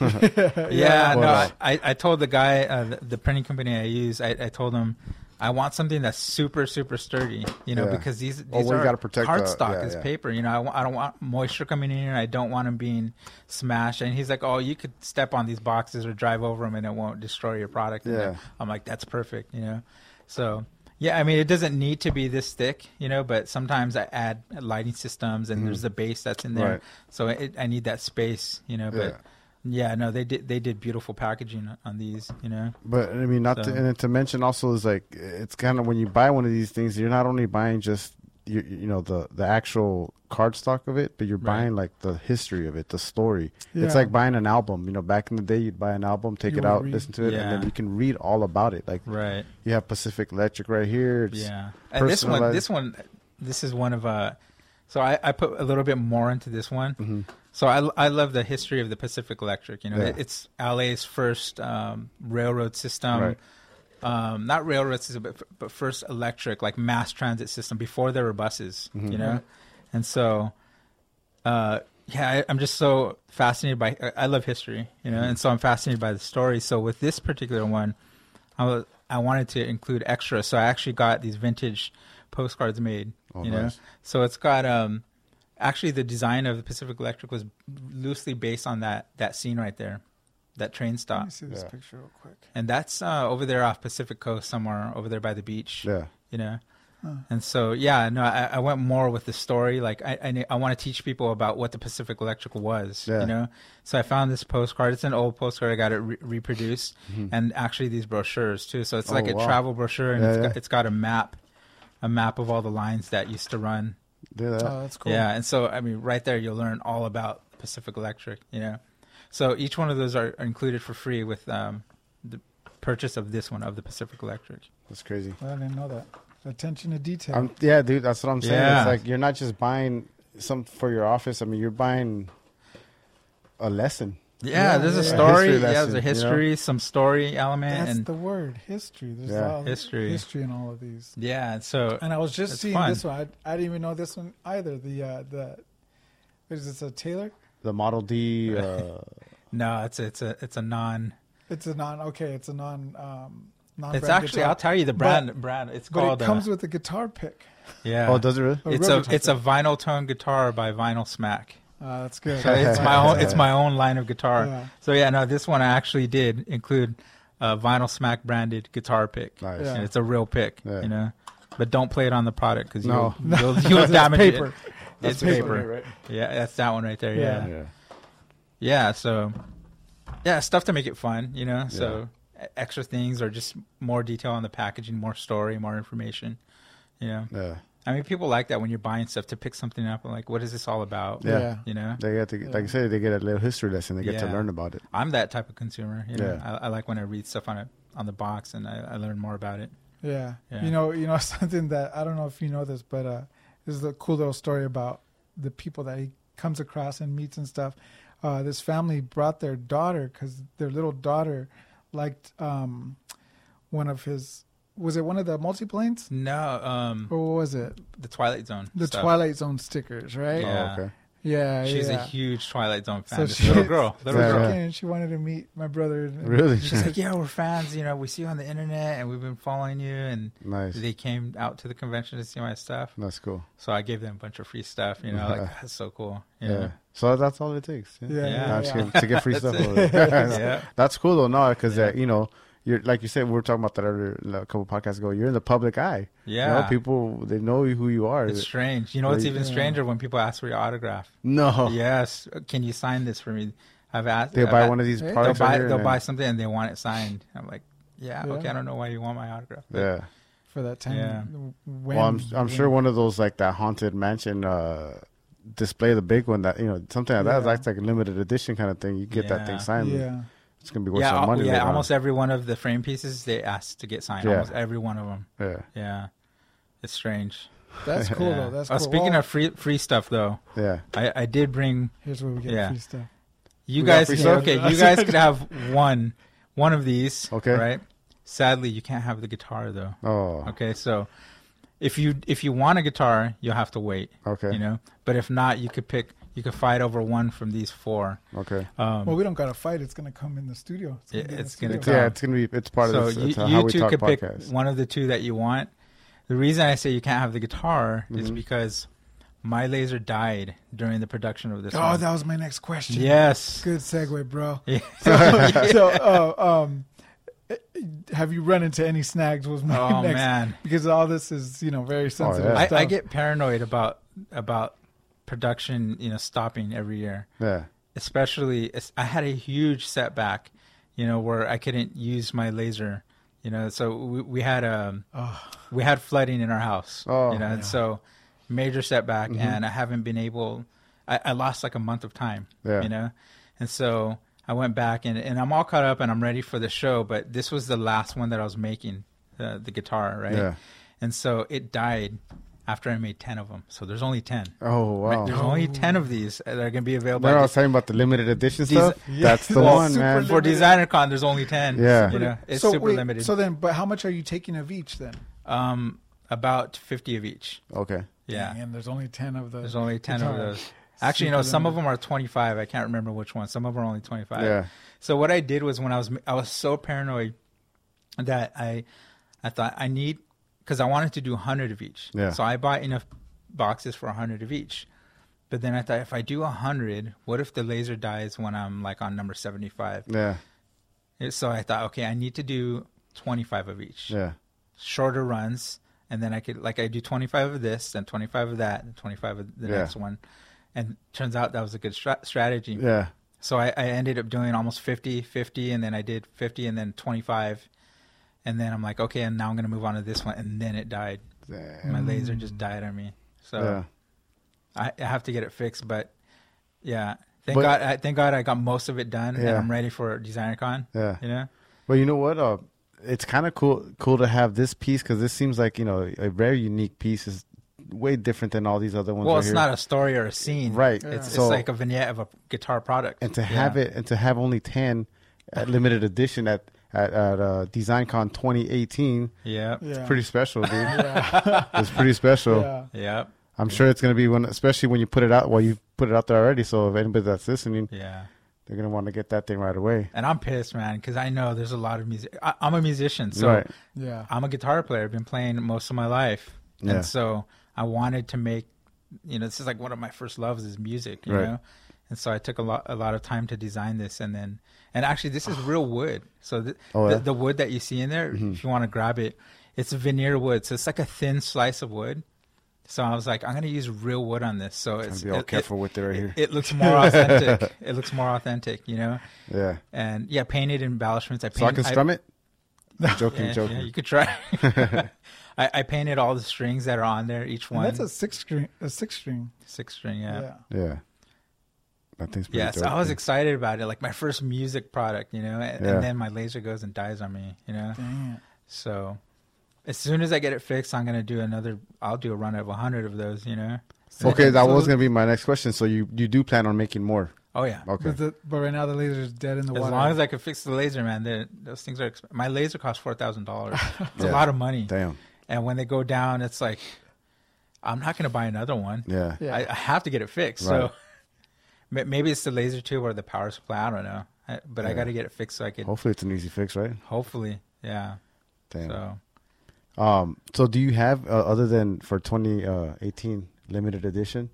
Speaker 3: Yeah,
Speaker 2: Well,
Speaker 3: no,
Speaker 2: uh,
Speaker 3: I, I I told the guy, uh, the, the printing company I use, I, I told him, I want something that's super, super sturdy, you know,
Speaker 2: Yeah. Oh,
Speaker 3: because these, these
Speaker 2: Well, we
Speaker 3: are
Speaker 2: gotta protect the-
Speaker 3: cardstock
Speaker 2: yeah,
Speaker 3: is
Speaker 2: yeah.
Speaker 3: paper, you know, I, wa- I don't want moisture coming in here, I don't want them being smashed. And he's like, oh, you could step on these boxes or drive over them and it won't destroy your product. And
Speaker 2: Yeah.
Speaker 3: I- I'm like, that's perfect, you know. So, yeah, I mean, it doesn't need to be this thick, you know, but sometimes I add lighting systems and there's the base that's in there.
Speaker 2: Mm-hmm. Right.
Speaker 3: So it, I need that space, you know, but
Speaker 2: Yeah.
Speaker 3: yeah, no, they did. They did beautiful packaging on these. You know,
Speaker 2: But I mean, not
Speaker 3: So-
Speaker 2: to, and to mention also is like it's kind of when you buy one of these things, you're not only buying just you, you know the the actual cardstock of it, but you're
Speaker 3: Right.
Speaker 2: buying like the history of it, the story.
Speaker 1: Yeah.
Speaker 2: It's like buying an album. You know, back in the day, you'd buy an album, take
Speaker 1: You
Speaker 2: it
Speaker 1: would
Speaker 2: out,
Speaker 1: read.
Speaker 2: listen to it, and then
Speaker 3: Yeah.
Speaker 2: you can read all about it. Like
Speaker 3: right?
Speaker 2: you have Pacific Electric right here. It's,
Speaker 3: Yeah. And this one,
Speaker 2: personalized.
Speaker 3: this one, this is one of uh. So I, I put a little bit more into this one. So I, I love the history of the Pacific Electric. You know,
Speaker 2: Mm-hmm. Yeah.
Speaker 3: It- it's LA's first um, railroad system.
Speaker 2: Right.
Speaker 3: Um, not railroad system, but, but first electric, like mass transit system before there were buses. You know, and so uh, yeah, I, I'm just so fascinated by. I- I love history, you know, and so I'm fascinated by the story. So with this particular one, I was, I wanted to include extra, so I actually got these vintage postcards made.
Speaker 2: Oh,
Speaker 3: you know,
Speaker 2: nice.
Speaker 3: so it's got um, actually the design of the Pacific Electric was loosely based on that that scene right there, that train
Speaker 1: Let
Speaker 3: stop,
Speaker 1: me see this
Speaker 2: Yeah.
Speaker 1: picture real quick.
Speaker 3: and that's uh, over there off Pacific Coast somewhere over there by the beach
Speaker 2: yeah,
Speaker 3: you know
Speaker 1: Huh.
Speaker 3: and so yeah no I, I went more with the story like i i, kn- I want to teach people about what the pacific electric was
Speaker 2: Yeah.
Speaker 3: you know so i found this postcard it's an old postcard i got it re- reproduced and actually these brochures too so it's
Speaker 2: Mm-hmm. Oh,
Speaker 3: like a
Speaker 2: wow.
Speaker 3: travel brochure and
Speaker 2: Yeah,
Speaker 3: it's
Speaker 2: yeah.
Speaker 3: got, it's got a map a map of all the lines that used to run
Speaker 2: do that.
Speaker 1: Oh, that's cool.
Speaker 3: yeah, and so I mean, right there you'll learn all about Pacific Electric. You know, so each one of those are, are included for free with um, the purchase of this one of the Pacific Electric.
Speaker 2: That's crazy.
Speaker 1: I didn't know that. Attention to detail.
Speaker 2: I'm, yeah, dude, that's what I'm saying.
Speaker 3: Yeah.
Speaker 2: It's like you're not just buying some for your office. I mean, you're buying a lesson.
Speaker 3: Yeah,
Speaker 1: Yeah,
Speaker 3: there's a
Speaker 1: yeah.
Speaker 3: story.
Speaker 2: History
Speaker 3: yeah,
Speaker 2: lesson,
Speaker 3: there's
Speaker 2: you know?
Speaker 3: a history, some story element,
Speaker 1: That's
Speaker 3: and
Speaker 1: the word history. There's
Speaker 2: Yeah.
Speaker 1: all
Speaker 3: History.
Speaker 1: history in all of these.
Speaker 3: yeah. So
Speaker 1: And I was just
Speaker 3: That's
Speaker 1: seeing
Speaker 3: fun.
Speaker 1: this one. I, I didn't even know this one either. The uh, the what is this a Taylor?
Speaker 2: The Model D. Uh,
Speaker 3: no, it's it's a it's a non.
Speaker 1: It's a non. Okay, it's a non. Um, non
Speaker 3: It's actually I'll tell you the brand. brand. It's
Speaker 1: But
Speaker 3: called.
Speaker 1: it
Speaker 3: uh,
Speaker 1: comes with a guitar pick.
Speaker 3: yeah.
Speaker 2: oh, does it really?
Speaker 1: a
Speaker 3: it's
Speaker 1: rubber
Speaker 3: a
Speaker 1: guitar
Speaker 3: it's a vinyl tone guitar by Vinyl Smack.
Speaker 1: Uh, that's good.
Speaker 3: So it's my own it's my own line of guitar.
Speaker 1: Yeah.
Speaker 3: So yeah, no, this one I actually did include a Vinyl Smack branded guitar pick.
Speaker 2: Nice.
Speaker 1: Yeah.
Speaker 3: And it's a real pick,
Speaker 2: Yeah.
Speaker 3: you know. But don't play it on the product because
Speaker 2: No.
Speaker 3: you'll, you'll, you'll damage
Speaker 1: paper.
Speaker 3: it.
Speaker 2: That's
Speaker 3: it's
Speaker 2: the
Speaker 3: paper.
Speaker 2: one, right?
Speaker 3: Yeah, that's that one right there.
Speaker 1: Yeah.
Speaker 3: Yeah. yeah, So yeah, stuff to make it fun, you know. So e- extra things or just more detail on the packaging, more story, more information. You know,
Speaker 2: Yeah,
Speaker 3: I mean, people like that when you're buying stuff to pick something up and like, what is this all about?
Speaker 2: Yeah.
Speaker 3: You know,
Speaker 2: they get to, like I said, they get a little history lesson. They get to
Speaker 3: Yeah.
Speaker 2: learn about it.
Speaker 3: I'm that type of consumer. You know?
Speaker 2: Yeah.
Speaker 3: I, I like when I read stuff on it on the box and I, I learn more about it.
Speaker 1: Yeah.
Speaker 3: Yeah.
Speaker 1: You know, you know something that I don't know if you know this, but uh, this is a cool little story about the people that he comes across and meets and stuff. Uh, this family brought their daughter because their little daughter liked um, one of his. Was it one of the multiplanes
Speaker 3: No, um,
Speaker 1: or what was it?
Speaker 3: the Twilight Zone.
Speaker 1: The
Speaker 3: stuff.
Speaker 1: Twilight Zone stickers, right?
Speaker 3: Yeah.
Speaker 2: Oh, okay.
Speaker 1: Yeah,
Speaker 3: She's
Speaker 1: yeah.
Speaker 3: a huge Twilight Zone fan.
Speaker 1: So
Speaker 3: this
Speaker 1: she-
Speaker 3: little girl,
Speaker 1: so
Speaker 3: little
Speaker 2: Yeah.
Speaker 1: she
Speaker 3: girl.
Speaker 1: came and she wanted to meet my brother. and-
Speaker 2: Really?
Speaker 3: She's like, yeah, we're fans. You know, we see you on the internet, and we've been following you. And
Speaker 2: nice.
Speaker 3: they came out to the convention to see my stuff,
Speaker 2: That's cool.
Speaker 3: so I gave them a bunch of free stuff. You know, like that's so cool. You
Speaker 2: Yeah.
Speaker 3: know?
Speaker 2: So that's all it takes.
Speaker 1: Yeah,
Speaker 3: Yeah.
Speaker 2: No, I'm just
Speaker 1: yeah.
Speaker 2: kidding. to get free stuff.
Speaker 3: That's
Speaker 2: over there.
Speaker 3: Yeah.
Speaker 2: That's cool though, no, because uh, you know, you're like you said, we were talking about that earlier, like, a couple podcasts ago. You're in the public eye.
Speaker 3: Yeah.
Speaker 2: you know, people they know who you are.
Speaker 3: It's strange. You know, it's
Speaker 2: Right.
Speaker 3: even stranger when people ask for your autograph.
Speaker 2: no,
Speaker 3: Yes, can you sign this for me? I've asked.
Speaker 2: they'll
Speaker 3: I've
Speaker 2: Oh. buy
Speaker 3: a-
Speaker 2: one of these
Speaker 1: They'll
Speaker 3: They'll
Speaker 2: products. out
Speaker 3: buy.
Speaker 2: here
Speaker 3: They'll
Speaker 2: and
Speaker 3: buy
Speaker 2: then-
Speaker 3: something and they want it signed. I'm like, yeah,
Speaker 1: Yeah.
Speaker 3: okay. I don't know why you want my autograph.
Speaker 2: Yeah.
Speaker 1: for that time.
Speaker 3: Yeah.
Speaker 1: When,
Speaker 2: Well, I'm I'm sure one of those like that haunted mansion uh, display, the big one that you know something like that.
Speaker 1: Yeah.
Speaker 2: That's like a limited edition kind of thing. You get that
Speaker 3: Yeah.
Speaker 2: thing signed.
Speaker 1: Yeah.
Speaker 2: It's gonna be worth
Speaker 3: yeah,
Speaker 2: some
Speaker 3: al-
Speaker 2: money.
Speaker 3: yeah.
Speaker 2: later on.
Speaker 3: Almost every one of the frame pieces they asked to get signed.
Speaker 2: Yeah.
Speaker 3: Almost every one of them.
Speaker 2: Yeah.
Speaker 3: Yeah, it's strange.
Speaker 1: That's cool
Speaker 3: Yeah.
Speaker 1: though. That's
Speaker 3: oh,
Speaker 1: cool.
Speaker 3: Speaking
Speaker 1: Well,
Speaker 3: of free free stuff though,
Speaker 2: Yeah.
Speaker 3: I, I did bring
Speaker 1: here's where we get
Speaker 3: Yeah.
Speaker 1: free stuff.
Speaker 3: you
Speaker 2: We got
Speaker 3: guys.
Speaker 2: free
Speaker 3: can-
Speaker 2: stuff?
Speaker 3: okay, you guys could have one one of these.
Speaker 2: Okay.
Speaker 3: right. Sadly, you can't have the guitar though.
Speaker 2: Oh.
Speaker 3: Okay, so if you if you want a guitar, you'll have to wait.
Speaker 2: Okay.
Speaker 3: You know, but if not, you could pick. You could fight over one from these four.
Speaker 2: Okay.
Speaker 3: Um,
Speaker 1: Well, we don't gotta fight. It's gonna come in the studio.
Speaker 3: Yeah,
Speaker 1: be in the
Speaker 3: it's gonna
Speaker 1: studio.
Speaker 3: come.
Speaker 2: Yeah, it's gonna be it's part
Speaker 3: so
Speaker 2: of this,
Speaker 3: you,
Speaker 2: it's a
Speaker 3: you
Speaker 2: how we
Speaker 3: two
Speaker 2: talk
Speaker 3: could
Speaker 2: podcast.
Speaker 3: pick one of the two that you want. The reason I say you can't have the guitar is
Speaker 2: Mhm.
Speaker 3: because my laser died during the production of this.
Speaker 1: Oh,
Speaker 3: one.
Speaker 1: that was my next question.
Speaker 3: yes.
Speaker 1: Good segue, bro.
Speaker 3: Yeah.
Speaker 1: So, so uh, um, have you run into any snags? Was my
Speaker 3: Oh
Speaker 1: next
Speaker 3: man,
Speaker 1: because all this is you know very sensitive.
Speaker 2: Oh, yeah.
Speaker 3: I,
Speaker 1: stuff.
Speaker 3: I get paranoid about about production. You know, stopping every year.
Speaker 2: Yeah.
Speaker 3: especially es- I had a huge setback, you know, where I couldn't use my laser, you know. So we, we had um
Speaker 1: Oh.
Speaker 3: we had flooding in our house,
Speaker 2: Oh, Mm-hmm.
Speaker 3: you know, and so major setback, and I haven't been able. I, I lost like a month of time,
Speaker 2: Yeah.
Speaker 3: you know, and so I went back and and I'm all caught up and I'm ready for the show, but this was the last one that I was making, the the guitar, right?
Speaker 2: Yeah.
Speaker 3: And so it died after I made ten of them. So there's only ten.
Speaker 2: Oh wow.
Speaker 3: There's only ten of these that are gonna be available.
Speaker 2: They're
Speaker 3: at
Speaker 2: all
Speaker 3: the-
Speaker 2: talking about the limited edition
Speaker 3: These-
Speaker 2: stuff.
Speaker 1: Yeah.
Speaker 2: That's the
Speaker 1: Well,
Speaker 2: one,
Speaker 1: super
Speaker 2: man.
Speaker 1: limited.
Speaker 3: for designer con there's only 10
Speaker 2: Yeah.
Speaker 3: you know it's
Speaker 1: so
Speaker 3: super
Speaker 1: wait,
Speaker 3: limited
Speaker 1: So then, but how much are you taking of each then?
Speaker 3: um about 50 of each
Speaker 2: Okay.
Speaker 3: yeah
Speaker 1: Dang, and there's only ten of those.
Speaker 3: there's only 10 of
Speaker 1: guitar.
Speaker 3: those actually you
Speaker 1: Super
Speaker 3: know some of
Speaker 1: limited.
Speaker 3: them are 25 i can't remember which one some of them are only 25
Speaker 2: Yeah.
Speaker 3: so what i did was when i was i was so paranoid that i i thought i need because i wanted to do 100 of each
Speaker 2: Yeah.
Speaker 3: so i bought enough boxes for 100 of each but then i thought if i do 100 what if the laser dies when i'm like on number 75
Speaker 2: Yeah.
Speaker 3: so i thought okay i need to do 25 of each
Speaker 2: Yeah.
Speaker 3: shorter runs and then I could like I do 25 of this then 25 of that and 25 of the
Speaker 2: Yeah.
Speaker 3: next one and turns out that was a good stra- strategy
Speaker 2: Yeah.
Speaker 3: so I, I ended up doing almost 50 50 and then I did 50 and then 25 and then I'm like okay and now I'm gonna move on to this one and then it died
Speaker 2: Damn.
Speaker 3: my laser just died on me so
Speaker 2: Yeah.
Speaker 3: I, I have to get it fixed but yeah thank
Speaker 2: But-
Speaker 3: god I, thank god I got most of it done and
Speaker 2: Yeah.
Speaker 3: I'm ready for DesignerCon
Speaker 2: Yeah.
Speaker 3: you know
Speaker 2: Well, you know what? Uh, it's kind of cool cool to have this piece because this seems like you know a very unique piece is way different than all these other ones.
Speaker 3: well,
Speaker 2: right
Speaker 3: it's
Speaker 2: here.
Speaker 3: not a story or a scene,
Speaker 2: Right. Yeah.
Speaker 3: It's,
Speaker 2: So-
Speaker 3: it's like a vignette of a guitar product,
Speaker 2: and to have it and to have only ten at limited edition at at, at uh, DesignCon 2018.
Speaker 3: Yeah, yeah,
Speaker 1: Yeah.
Speaker 2: It's pretty special, dude.
Speaker 1: Yeah.
Speaker 2: It's pretty special.
Speaker 1: yeah.
Speaker 3: yeah,
Speaker 2: I'm sure it's gonna be when, especially when you put it out. Well, you put it out there already. So if anybody that's listening,
Speaker 3: yeah.
Speaker 2: they're gonna want to get that thing right away.
Speaker 3: And I'm pissed, man, because I know there's a lot of music. I, I'm a musician, so
Speaker 2: Right.
Speaker 1: Yeah.
Speaker 3: I'm a guitar player. I've been playing most of my life,
Speaker 2: Yeah.
Speaker 3: and so I wanted to make, you know, this is like one of my first loves is music, you
Speaker 2: Right.
Speaker 3: know, and so I took a lot a lot of time to design this, and then and actually this is real wood. So th-
Speaker 2: Oh,
Speaker 3: the,
Speaker 2: yeah? Mm-hmm.
Speaker 3: the wood that you see in there, if you want to grab it, it's veneer wood, so it's like a thin slice of wood. So I was like, I'm gonna use real wood on this, so
Speaker 2: Gotta
Speaker 3: it's
Speaker 2: be all
Speaker 3: it- it-
Speaker 2: careful with it right here.
Speaker 3: It, it looks more authentic. it looks more authentic, you know.
Speaker 2: yeah.
Speaker 3: And yeah, painted embellishments. I
Speaker 2: So I
Speaker 3: paint-
Speaker 2: can
Speaker 3: I-
Speaker 2: strum it. joking,
Speaker 3: yeah,
Speaker 2: joking.
Speaker 3: yeah, you could try. I, I painted all the strings that are on there, each
Speaker 1: And
Speaker 3: one
Speaker 1: that's a six string. A six string.
Speaker 3: six string. Yeah,
Speaker 1: Yeah.
Speaker 3: yeah.
Speaker 2: Yeah. That thing's pretty
Speaker 3: so
Speaker 2: dope,
Speaker 3: I was
Speaker 2: dude.
Speaker 3: excited about it, like my first music product, you know. And,
Speaker 2: Yeah.
Speaker 3: and then my laser goes and dies on me, you know.
Speaker 1: Dang it.
Speaker 3: So as soon as I get it fixed, I'm gonna do another. I'll do a run of hundred of those, you know. So-
Speaker 2: okay, that
Speaker 1: So-
Speaker 2: was gonna be my next question. So you you do plan on making more?
Speaker 3: Oh yeah.
Speaker 2: Okay.
Speaker 1: But, the, but right now the laser is dead in the
Speaker 3: As
Speaker 1: water.
Speaker 3: long as I could fix the laser, man, they're- those things are. Exp- my laser costs four thousand dollars. It's
Speaker 2: Yeah.
Speaker 3: a lot of money,
Speaker 2: Damn.
Speaker 3: and when they go down, it's like, I'm not gonna buy another one.
Speaker 2: Yeah.
Speaker 1: Yeah.
Speaker 3: I, I have to get it fixed.
Speaker 2: Right.
Speaker 3: So ma- maybe it's the laser tube or the power supply. I don't know, I, but I
Speaker 2: Yeah.
Speaker 3: got to get it fixed so I can.
Speaker 2: Hopefully, it's an easy fix, right?
Speaker 3: Hopefully, yeah.
Speaker 2: Damn.
Speaker 3: So
Speaker 2: Um, so do you have uh, other than for 2018 limited edition?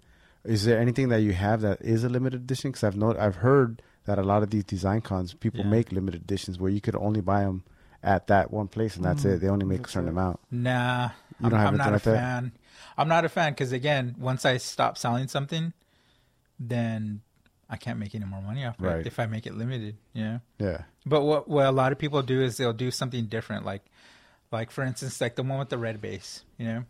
Speaker 2: Is there anything that you have that is a limited edition? Because I've not, I've heard that a lot of these design cons people
Speaker 3: Yeah.
Speaker 2: make limited editions where you could only buy them at that one place and that's it. They only make a
Speaker 1: That's
Speaker 2: certain
Speaker 1: it.
Speaker 2: amount.
Speaker 3: nah,
Speaker 2: You
Speaker 3: I'm,
Speaker 2: don't have
Speaker 3: I'm not a
Speaker 2: anything like that?
Speaker 3: fan. I'm not a fan because again, once I stop selling something, then I can't make any more money off
Speaker 2: Right.
Speaker 3: it if I make it limited. You know.
Speaker 2: Yeah,
Speaker 3: But what what a lot of people do is they'll do something different, like like for instance, like the one with the red base, you know,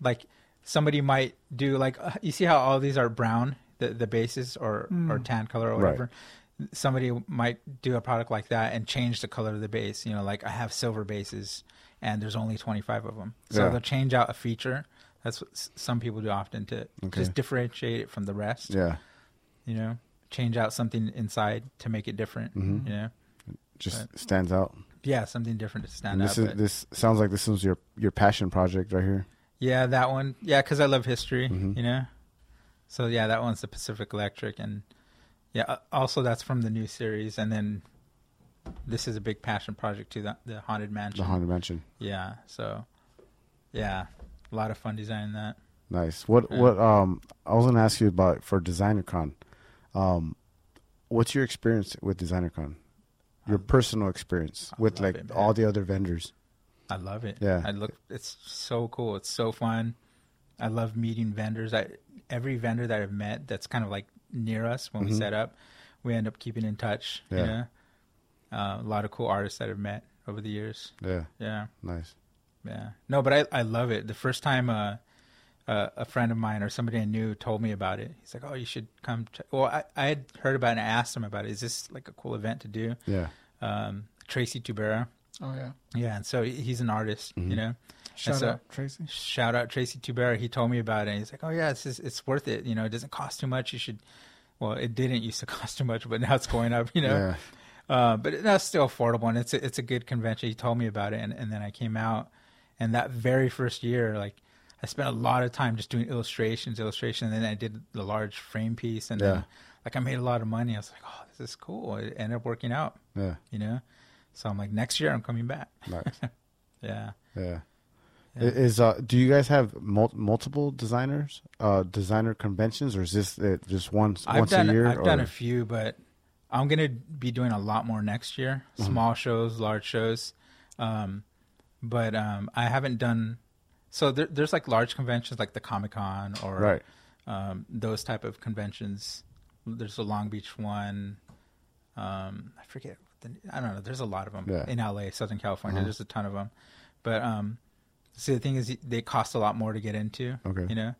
Speaker 3: like somebody might do like uh, you see how all these are brown, the the bases or or tan color or
Speaker 2: Hmm. Right.
Speaker 3: whatever. Somebody might do a product like that and change the color of the base. You know, like I have silver bases and there's only 25 of them, so
Speaker 2: Yeah.
Speaker 3: they'll change out a feature. That's what s- some people do often to just differentiate it from the rest.
Speaker 2: yeah.
Speaker 3: You know, change out something inside to make it different.
Speaker 2: Mm-hmm.
Speaker 3: You know.
Speaker 2: Just stands out.
Speaker 3: Yeah, something different to stand
Speaker 2: And
Speaker 3: out.
Speaker 2: this is
Speaker 3: but-
Speaker 2: this sounds like this is your your passion project right here.
Speaker 3: yeah, that one. Yeah, because I love history,
Speaker 2: Mm-hmm.
Speaker 3: you know. So yeah, that one's the Pacific Electric, and yeah, uh, also that's from the new series, and then this is a big passion project too, the, the Haunted Mansion.
Speaker 2: The Haunted Mansion.
Speaker 3: yeah, so yeah, a lot of fun designing that.
Speaker 2: Nice. What
Speaker 3: Yeah.
Speaker 2: what um I was gonna ask you about for DesignerCon. Um what's your experience with DesignerCon? Your personal experience
Speaker 3: Um, I
Speaker 2: with
Speaker 3: love
Speaker 2: like
Speaker 3: it, man.
Speaker 2: all the other vendors.
Speaker 3: I love it.
Speaker 2: Yeah.
Speaker 3: I look. It's so cool. It's so fun. I love meeting vendors. I every vendor that I've met that's kind of like near us when we set up, we end up keeping in touch.
Speaker 2: Mm-hmm. Yeah.
Speaker 3: You know? uh, a lot of cool artists that I've met over the years.
Speaker 2: Yeah.
Speaker 3: Yeah,
Speaker 2: Nice.
Speaker 3: yeah. No, but I I love it. The first time uh, uh, a friend of mine or somebody I knew told me about it, he's like, "Oh, you should come." Ch-. Well, I I had heard about it and I asked him about it. Is this like a cool event to do?
Speaker 2: Yeah.
Speaker 3: Um, Tracy Tubera.
Speaker 1: oh yeah.
Speaker 3: Yeah, and so he- he's an artist,
Speaker 2: Mm-hmm.
Speaker 3: you know.
Speaker 1: Shout
Speaker 3: so-
Speaker 1: out Tracy.
Speaker 3: shout out Tracy Tubera. He told me about it. He's like, oh yeah, it's just, it's worth it. You know, it doesn't cost too much. You should. Well, it didn't used to cost too much, but now it's going up. You know,
Speaker 2: Yeah.
Speaker 3: uh, but that's still affordable, and it's a, it's a good convention. He told me about it, and, and then I came out, and that very first year, like I spent a lot of time just doing illustrations, illustration, and then I did the large frame piece, and
Speaker 2: Yeah.
Speaker 3: then like I made a lot of money. I was like, oh, this is cool. It ended up working out,
Speaker 2: Yeah.
Speaker 3: you know. So I'm like, next year I'm coming back.
Speaker 2: Nice.
Speaker 3: Yeah.
Speaker 2: yeah. I-
Speaker 3: Yeah.
Speaker 2: Is uh do you guys have mul- multiple designers uh designer conventions or is this it just once
Speaker 3: I've
Speaker 2: once
Speaker 3: done
Speaker 2: a year
Speaker 3: I've
Speaker 2: or
Speaker 3: done a few, but I'm gonna be doing a lot more next year.
Speaker 2: Mm-hmm.
Speaker 3: Small shows, large shows, um, but um, I haven't done. So there, there's like large conventions, like the Comic Con or
Speaker 2: right
Speaker 3: um, those type of conventions. There's a Long Beach one. Um, I forget. The, I don't know. There's a lot of them
Speaker 2: Yeah. Uh-huh.
Speaker 3: in LA, Southern California. There's a ton of them, but um, see, the thing is, they cost a lot more to get into.
Speaker 2: Okay.
Speaker 3: You know,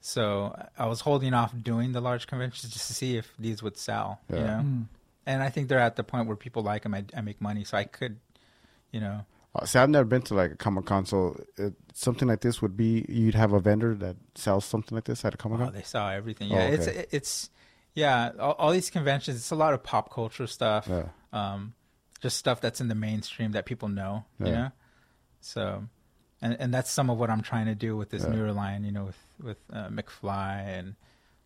Speaker 3: so I was holding off doing the large conventions just to see if these would sell. You
Speaker 2: Yeah.
Speaker 1: Mm.
Speaker 3: know, and I think they're at the point where people like them. I, I make money, so I could, you know,
Speaker 2: Uh, see, I've never been to like a comic con, so it, something like this would be you'd have a vendor that sells something like this at a comic
Speaker 3: Oh,
Speaker 2: con.
Speaker 3: they saw everything.
Speaker 2: Oh,
Speaker 3: Yeah,
Speaker 2: okay.
Speaker 3: it's it's yeah. All, all these conventions, it's a lot of pop culture stuff.
Speaker 2: Yeah.
Speaker 3: Um, just stuff that's in the mainstream that people know. You
Speaker 2: Yeah.
Speaker 3: know, so and and that's some of what I'm trying to do with this newer line. You know, with with uh, McFly and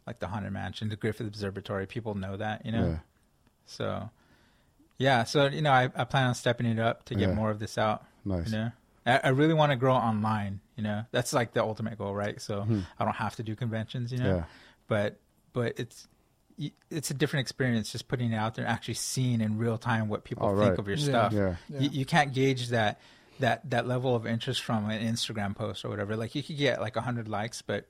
Speaker 3: like the Haunted Mansion, the Griffith Observatory. People know that. You know,
Speaker 2: Yeah.
Speaker 3: so yeah. So you know, I, I plan on stepping it up to get
Speaker 2: Yeah.
Speaker 3: more of this out.
Speaker 2: Nice.
Speaker 3: You know, I, I really want to grow online. You know, that's like the ultimate goal, right? So
Speaker 2: Hmm.
Speaker 3: I don't have to do conventions. You know,
Speaker 2: Yeah.
Speaker 3: but but it's y- it's a different experience just putting it out there, and actually seeing in real time what people
Speaker 2: Oh,
Speaker 3: think
Speaker 2: right.
Speaker 3: of your
Speaker 1: Yeah.
Speaker 3: stuff.
Speaker 2: Yeah.
Speaker 1: Yeah.
Speaker 3: You, you can't gauge that that that level of interest from an Instagram post or whatever. Like you could get like hundred likes, but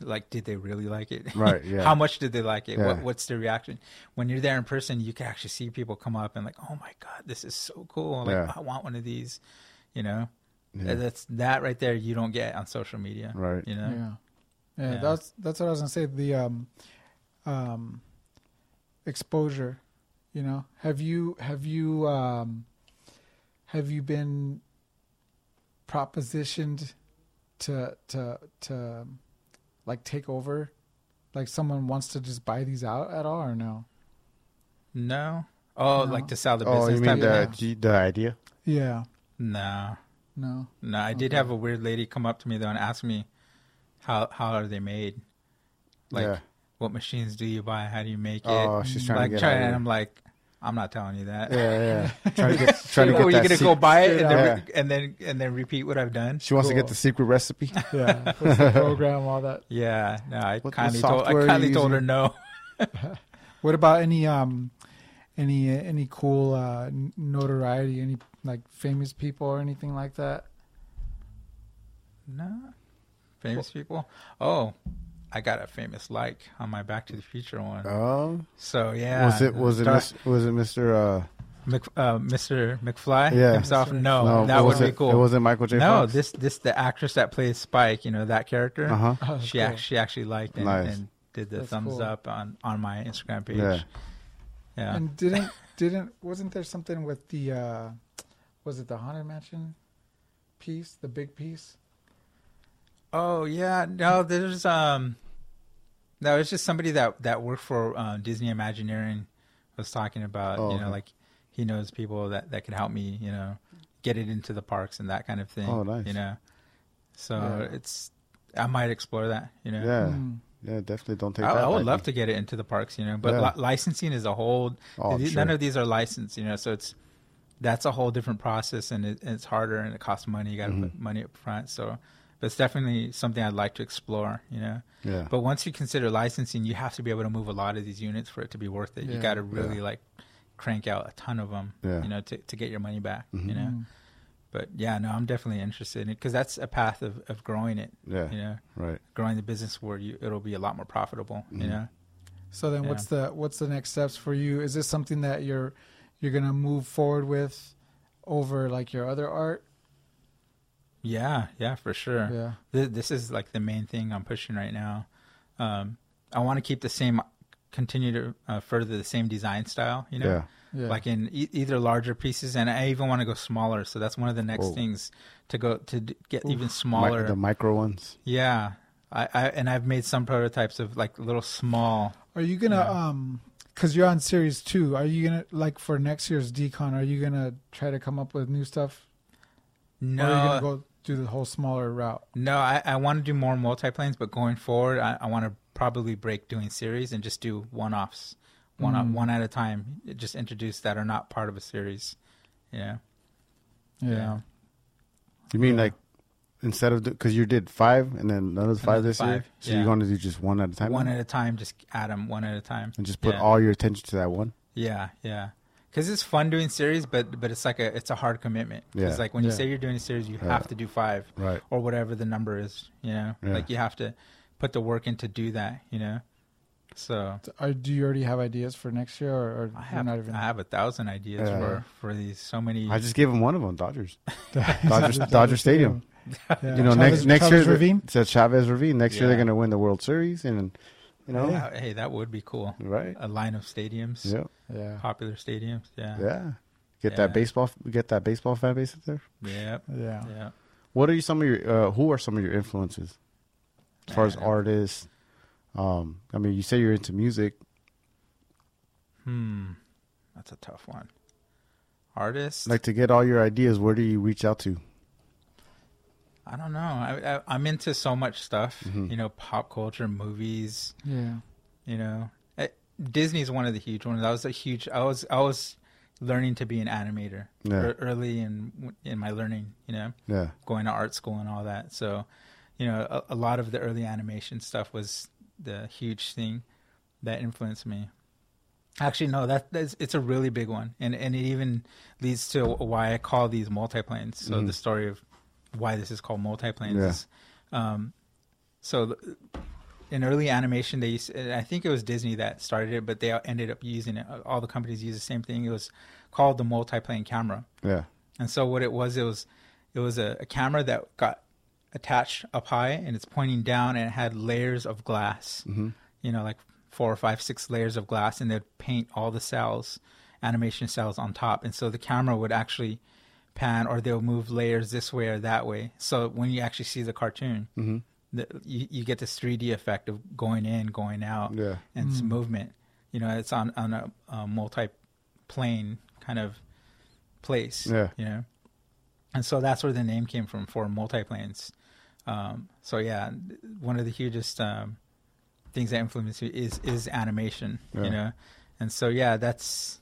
Speaker 3: like did they really like it
Speaker 2: Right, yeah.
Speaker 3: how much did they like it
Speaker 2: Yeah.
Speaker 3: what, what's their reaction when you're there in person you can actually see people come up and like oh my god this is so cool like
Speaker 2: Yeah.
Speaker 3: i want one of these you know that's that right there you don't get on social media
Speaker 2: Right.
Speaker 3: you know
Speaker 1: Yeah. yeah.
Speaker 3: Yeah.
Speaker 1: that's that's what I was gonna say. The um, um, exposure. You know, have you have you um, have you been propositioned to to to like take over? Like someone wants to just buy these out at all, or no?
Speaker 3: no oh
Speaker 1: No.
Speaker 3: like to sell the
Speaker 2: Oh,
Speaker 3: business
Speaker 2: you
Speaker 3: type
Speaker 2: mean
Speaker 3: of
Speaker 2: the
Speaker 1: thing.
Speaker 2: g- the idea?
Speaker 1: Yeah,
Speaker 3: No,
Speaker 1: no.
Speaker 3: no. I did have a weird lady come up to me though and ask me, "How how are they made? Like,
Speaker 2: Yeah.
Speaker 3: what machines do you buy? How do you make it?
Speaker 2: Oh, she's trying to
Speaker 3: like,
Speaker 2: get
Speaker 3: try-
Speaker 2: out of
Speaker 3: and
Speaker 2: it.
Speaker 3: I'm like, I'm not telling you that.
Speaker 2: Yeah, yeah. trying to get trying to
Speaker 3: Are
Speaker 2: get
Speaker 3: you
Speaker 2: that.
Speaker 3: gonna
Speaker 2: sec-
Speaker 3: go buy it and
Speaker 1: Yeah.
Speaker 3: then, re- and then and then repeat what I've done?
Speaker 2: she wants to get
Speaker 1: Cool.
Speaker 2: the secret recipe.
Speaker 1: Yeah, what's the program, all that.
Speaker 3: Yeah, no. I
Speaker 2: what
Speaker 3: kindly told
Speaker 2: software are
Speaker 3: I
Speaker 2: you
Speaker 3: kindly told her
Speaker 2: using?
Speaker 3: no.
Speaker 1: What about any um, any any cool uh, n- notoriety? Any like famous people or anything like that?
Speaker 3: No, famous people. Oh, I got a famous like on my Back to the Future one.
Speaker 2: Oh,
Speaker 3: so yeah,
Speaker 2: was it was it
Speaker 3: Dar-
Speaker 2: mis- was it Mr. Uh,
Speaker 3: Mc, uh, Mr. McFly
Speaker 2: Yeah.
Speaker 3: himself? No,
Speaker 2: no,
Speaker 3: Oh, that
Speaker 2: it
Speaker 3: would be
Speaker 2: wasn't-
Speaker 3: cool.
Speaker 2: It wasn't Michael J.
Speaker 3: no,
Speaker 2: Fox?
Speaker 3: this this the actress that plays Spike, you know that character.
Speaker 2: Uh huh.
Speaker 1: Oh,
Speaker 3: She
Speaker 1: cool.
Speaker 3: actually she actually liked and,
Speaker 2: Nice.
Speaker 3: and did the
Speaker 1: That's
Speaker 3: thumbs
Speaker 1: cool.
Speaker 3: up on on my Instagram page.
Speaker 2: Yeah.
Speaker 3: Yeah,
Speaker 1: And didn't didn't wasn't there something with the uh was it the haunted mansion piece, the big piece?
Speaker 3: Oh yeah, no, there's um, no, it's just somebody that that worked for um, Disney Imagineering was talking about.
Speaker 2: Oh,
Speaker 3: you know,
Speaker 2: okay.
Speaker 3: like he knows people that that can help me. You know, get it into the parks and that kind of thing.
Speaker 2: Oh, nice.
Speaker 3: You know, so
Speaker 1: Yeah.
Speaker 3: it's I might explore that. You know,
Speaker 2: Yeah.
Speaker 1: Mm.
Speaker 2: Yeah. Definitely don't take
Speaker 3: I,
Speaker 2: that.
Speaker 3: I would
Speaker 2: lightly.
Speaker 3: love to get it into the parks, you know, but
Speaker 2: Yeah.
Speaker 3: li- licensing is a whole.
Speaker 2: Oh, I'm
Speaker 3: these-
Speaker 2: sure.
Speaker 3: None of these are licensed, you know, so it's that's a whole different process, and, it, and it's harder, and it costs money. You got to
Speaker 2: Mm-hmm.
Speaker 3: put money up front, so but it's definitely something I'd like to explore, you know.
Speaker 2: Yeah.
Speaker 3: But once you consider licensing, you have to be able to move a lot of these units for it to be worth it.
Speaker 1: Yeah.
Speaker 3: You got to really like crank out a ton of them,
Speaker 2: Yeah. Mm-hmm.
Speaker 3: you know, to to get your money back, you know.
Speaker 1: Hmm.
Speaker 3: But yeah, no, I'm definitely interested in it because that's a path of of growing it,
Speaker 2: Yeah.
Speaker 3: you know,
Speaker 2: Right.
Speaker 3: growing the business where you it'll be a lot more profitable,
Speaker 2: Mm-hmm.
Speaker 3: you know.
Speaker 1: So then
Speaker 3: Yeah.
Speaker 1: what's the what's the next steps for you? Is this something that you're you're gonna move forward with over like your other art?
Speaker 3: Yeah, yeah, for sure.
Speaker 1: Yeah.
Speaker 3: Th- this is like the main thing I'm pushing right now. Um, I want to keep the same, continue to uh, further the same design style, you know,
Speaker 2: Yeah.
Speaker 1: Yeah.
Speaker 3: like in e- either larger pieces, and I even want to go smaller. So that's one of the next
Speaker 2: Whoa.
Speaker 3: things to go to d- get even
Speaker 2: Mi-
Speaker 3: smaller.
Speaker 2: the micro ones.
Speaker 3: yeah, I, I and I've made some prototypes of like little small.
Speaker 1: Are you gonna um because you're on series two, are you gonna like for next year's decon, are you gonna try to come up with new stuff? Or are you
Speaker 3: No,
Speaker 1: gonna go do the whole smaller route?
Speaker 3: no, I, I want to do more multiplanes, but going forward, I, I want to probably break doing series and just do one offs, one off, one at a time. Just introduce that are not part of a series. You know?
Speaker 1: Yeah.
Speaker 2: You mean like instead of because you did five and then another five
Speaker 3: Another
Speaker 2: this year,
Speaker 3: five,
Speaker 2: so
Speaker 3: yeah.
Speaker 2: you're going to do just one at a time.
Speaker 3: one
Speaker 2: now?
Speaker 3: at a time. Just add them one at a time.
Speaker 2: and just put
Speaker 3: yeah.
Speaker 2: all your attention to that one.
Speaker 3: Yeah, yeah. Because it's fun doing series, but but it's like a it's a hard commitment. Because
Speaker 2: Yeah.
Speaker 3: like when you
Speaker 1: Yeah.
Speaker 3: say you're doing a series, you have to do five
Speaker 2: Right.
Speaker 3: or whatever the number is. You know,
Speaker 2: Yeah.
Speaker 3: like you have to put the work in to do that. You know, so
Speaker 1: Are, do you already have ideas for next year, or, or
Speaker 3: I
Speaker 1: you're
Speaker 3: have
Speaker 1: not even?
Speaker 3: I have a thousand ideas
Speaker 2: Yeah.
Speaker 3: for for these so many.
Speaker 2: I just gave him one of them, Dodgers.
Speaker 1: Dodger,
Speaker 2: Dodger Stadium.
Speaker 1: Yeah.
Speaker 2: you know,
Speaker 1: Chavez-
Speaker 2: next next
Speaker 1: Chavez
Speaker 2: year
Speaker 1: Ravine.
Speaker 2: it's at Chavez Ravine. Next year
Speaker 3: Yeah.
Speaker 2: they're going to win the World Series, and you know,
Speaker 3: Yeah, hey, that would be cool.
Speaker 2: right?
Speaker 3: A line of stadiums,
Speaker 2: Yeah,
Speaker 1: Yeah,
Speaker 3: popular stadiums. Yeah.
Speaker 2: yeah. Get
Speaker 3: Yeah.
Speaker 2: that baseball. Get that baseball fan base up there.
Speaker 3: Yep.
Speaker 1: Yeah.
Speaker 3: Yeah.
Speaker 2: What are you, some of your? Uh, who are some of your influences, as far as
Speaker 3: Uh,
Speaker 2: artists? Um, I mean, you say you're into music.
Speaker 3: Hmm. That's a tough one. Artist.
Speaker 2: Like to get all your ideas, where do you reach out to?
Speaker 3: I don't know. I, I, I'm into so much stuff.
Speaker 2: Mhm.
Speaker 3: You know, pop culture, movies.
Speaker 1: Yeah.
Speaker 3: You know, Eh, Disney's one of the huge ones. I was a huge. I was. I was learning to be an animator
Speaker 2: Yeah.
Speaker 3: ear- early in in my learning. You know,
Speaker 2: Yeah,
Speaker 3: going to art school and all that. So, you know, a, a lot of the early animation stuff was the huge thing that influenced me. Actually, no, that that's, it's a really big one, and and it even leads to why I call these multiplanes. So the story of why this is called multiplanes.
Speaker 2: Yeah.
Speaker 3: Is, um, so th- in early animation, they used, and I think it was Disney that started it, but they ended up using it. All the companies use the same thing. It was called the multiplane camera.
Speaker 2: yeah,
Speaker 3: And so what it was, it was it was a, a camera that got attached up high and it's pointing down and it had layers of glass. You know, like four or five, six layers of glass and they'd paint all the cells, animation cells on top. And so the camera would actually pan or they'll move layers this way or that way. So when you actually see the cartoon, the, you, you get this 3D effect of going in, going out
Speaker 2: yeah.
Speaker 3: and it's movement. You know, it's on on a, a multi-plane kind of place.
Speaker 2: Yeah.
Speaker 3: You know, and so that's where the name came from for multiplanes. Um, so yeah, one of the hugest um, things that influenced me is is animation.
Speaker 2: Yeah.
Speaker 3: You know, and so yeah, that's.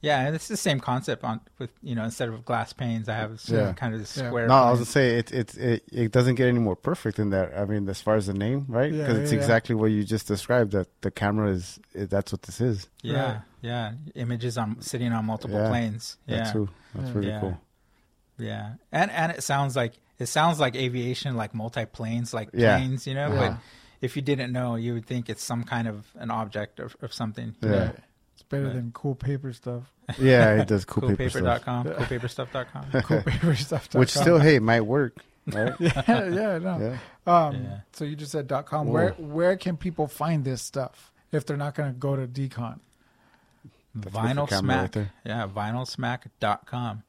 Speaker 3: Yeah, and it's the same concept on with you know instead of glass panes, I have some
Speaker 2: Yeah.
Speaker 3: kind of this
Speaker 1: Yeah.
Speaker 3: square.
Speaker 2: No, I was
Speaker 3: plane.
Speaker 2: gonna say it, it it it doesn't get any more perfect than that. I mean, as far as the name, right?
Speaker 1: Yeah,
Speaker 2: Because it's
Speaker 1: yeah, yeah.
Speaker 2: exactly what you just described. That the camera is it, that's what this is.
Speaker 3: yeah,
Speaker 1: Right.
Speaker 3: yeah, images on sitting on multiple
Speaker 2: Yeah.
Speaker 3: planes. Yeah,
Speaker 2: That's who. That's
Speaker 1: Yeah.
Speaker 2: really
Speaker 3: Yeah.
Speaker 2: cool.
Speaker 3: Yeah, and and it sounds like it sounds like aviation, like multi planes, like
Speaker 2: Yeah.
Speaker 3: planes, you know.
Speaker 1: Yeah.
Speaker 3: But if you didn't know, you would think it's some kind of an object or, or something.
Speaker 2: Yeah, yeah.
Speaker 1: Right. It's better
Speaker 3: Right.
Speaker 1: than cool paper stuff.
Speaker 2: it does cool, paper, stuff,
Speaker 3: Coolpaper.com, coolpaperstuff.com.
Speaker 1: Cool paper stuff.
Speaker 2: which still hey might work. Right?
Speaker 1: yeah, yeah, no.
Speaker 2: yeah.
Speaker 1: Um,
Speaker 3: Yeah.
Speaker 1: So you just said dot com. Where where can people find this stuff if they're not going to go to Decon?
Speaker 2: That's good for
Speaker 3: Vinyl
Speaker 2: camera right
Speaker 3: smack.
Speaker 2: there.
Speaker 3: yeah, vinylsmack.com.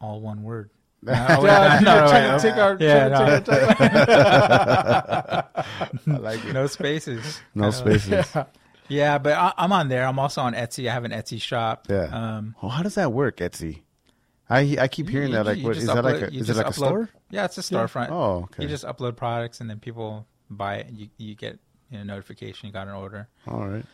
Speaker 3: All one word.
Speaker 1: Yeah,
Speaker 3: no, Oh, no,
Speaker 1: trying
Speaker 3: no.
Speaker 1: to take our.
Speaker 3: Yeah,
Speaker 1: trying to
Speaker 3: no.
Speaker 1: take our time.
Speaker 2: I like it.
Speaker 3: No spaces.
Speaker 2: No
Speaker 3: Kinda like-
Speaker 2: spaces.
Speaker 3: Yeah, but I, I'm on there. I'm also on Etsy. I have an Etsy shop.
Speaker 2: Yeah.
Speaker 3: Um,
Speaker 2: Oh, how does that work, Etsy? I I keep hearing
Speaker 3: you-
Speaker 2: that. Like,
Speaker 3: you
Speaker 2: what is
Speaker 3: just
Speaker 2: that? Like,
Speaker 3: upload-
Speaker 2: a,
Speaker 3: you
Speaker 2: is it
Speaker 3: just
Speaker 2: like a
Speaker 3: upload-
Speaker 2: store?
Speaker 3: Yeah, it's a storefront.
Speaker 2: Oh, okay.
Speaker 3: You just upload products and then people buy it. You you get you know, notification you got an order.
Speaker 2: All right.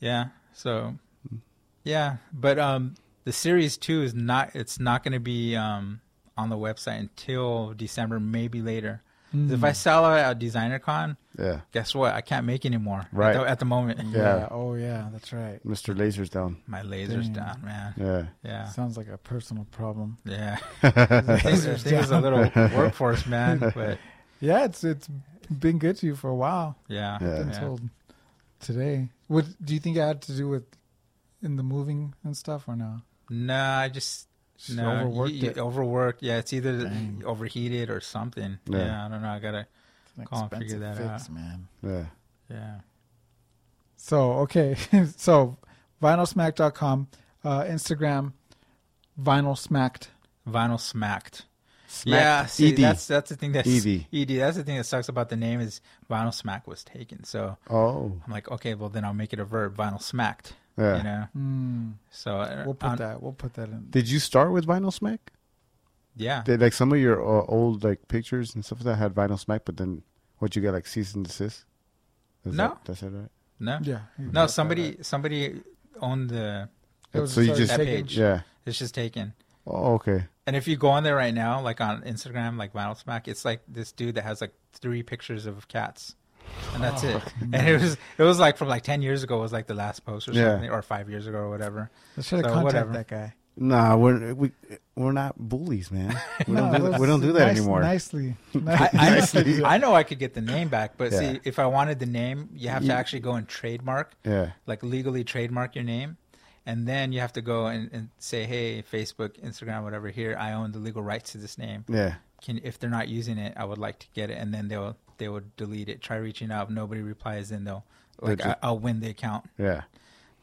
Speaker 3: Yeah. So
Speaker 2: Hmm.
Speaker 3: yeah, but um the series 2 is not it's not going to be um on the website until December maybe later.
Speaker 2: Hmm.
Speaker 3: If I sell out at DesignerCon,
Speaker 2: Yeah.
Speaker 3: guess what? I can't make anymore
Speaker 2: Right.
Speaker 3: at the, at the moment.
Speaker 1: yeah. Oh yeah, that's right.
Speaker 2: Mr. Laser's down.
Speaker 3: My laser's
Speaker 1: Damn.
Speaker 3: down, man.
Speaker 2: Yeah.
Speaker 3: Yeah.
Speaker 1: Sounds like a personal problem.
Speaker 3: Yeah. I think I think it's a little workforce, man, but
Speaker 1: Yeah, it's it's been good to you for a while
Speaker 3: yeah.
Speaker 2: Yeah.
Speaker 1: until today. What do you think it had to do with in the moving and stuff or no?
Speaker 3: No, I just
Speaker 1: Just
Speaker 3: no,
Speaker 1: overworked
Speaker 3: you- you
Speaker 1: it.
Speaker 3: overworked. Yeah, it's either
Speaker 1: Dang.
Speaker 3: overheated or something.
Speaker 2: Yeah.
Speaker 3: Yeah. I don't know. I gotta.
Speaker 1: It's an
Speaker 3: Can't figure
Speaker 1: expensive
Speaker 3: that
Speaker 1: fix, man.
Speaker 2: Yeah.
Speaker 3: Yeah,
Speaker 1: So okay, so vinylsmacked.com, uh, Instagram, vinylsmacked.
Speaker 3: vinyl smacked.
Speaker 2: Smack E
Speaker 3: yeah,
Speaker 1: E
Speaker 3: see,
Speaker 2: ED.
Speaker 3: that's that's the thing that's
Speaker 2: ED.
Speaker 3: ED. That's the thing that sucks about the name is vinyl smack was taken. So
Speaker 2: Oh.
Speaker 3: I'm like, okay, well then I'll make it a verb. Vinyl smacked.
Speaker 2: Yeah.
Speaker 3: You know.
Speaker 1: Mm,
Speaker 3: So uh,
Speaker 1: we'll put
Speaker 3: on-
Speaker 1: that. We'll put that in.
Speaker 2: Did you start with Vinyl Smack?
Speaker 3: Yeah.
Speaker 2: Did like some of your uh, old like pictures and stuff like that had Vinyl Smack, but then what you get like cease and desist? Is
Speaker 3: No.
Speaker 2: that, that's it, right?
Speaker 3: no.
Speaker 1: Yeah. you
Speaker 3: No.
Speaker 1: put that
Speaker 3: Somebody
Speaker 1: in.
Speaker 3: somebody owned the.
Speaker 1: It was
Speaker 2: so you
Speaker 1: sort of
Speaker 2: just-
Speaker 1: taken-
Speaker 3: That page.
Speaker 2: Yeah.
Speaker 3: It's just taken.
Speaker 2: Oh, okay.
Speaker 3: And if you go on there right now, like on Instagram, like Vinyl Smack, it's like this dude that has like three pictures of cats, and that's it. And it was it was like from like ten years ago was like the last post or
Speaker 2: Yeah.
Speaker 3: something, or five years ago or whatever.
Speaker 1: I should have
Speaker 3: So,
Speaker 1: contacted
Speaker 3: whatever.
Speaker 1: that guy.
Speaker 2: Nah, we're we we're not bullies, man. We
Speaker 1: No,
Speaker 2: don't do that,
Speaker 1: that's
Speaker 2: we don't do that
Speaker 1: nice-
Speaker 2: anymore.
Speaker 1: Nicely.
Speaker 3: I, I,
Speaker 2: Nicely.
Speaker 3: know, I know I could get the name back, but
Speaker 2: Yeah.
Speaker 3: see, if I wanted the name, you have to
Speaker 2: Yeah.
Speaker 3: actually go and trademark,
Speaker 2: Yeah.
Speaker 3: like legally trademark your name, and then you have to go and, and say, hey, Facebook, Instagram, whatever. Here, I own the legal rights to this name.
Speaker 2: Yeah.
Speaker 3: can if they're not using it, I would like to get it, and then they'll they will delete it. Try reaching out, if nobody replies, then they'll like
Speaker 2: They'll
Speaker 3: I, I'll win the account.
Speaker 2: Yeah.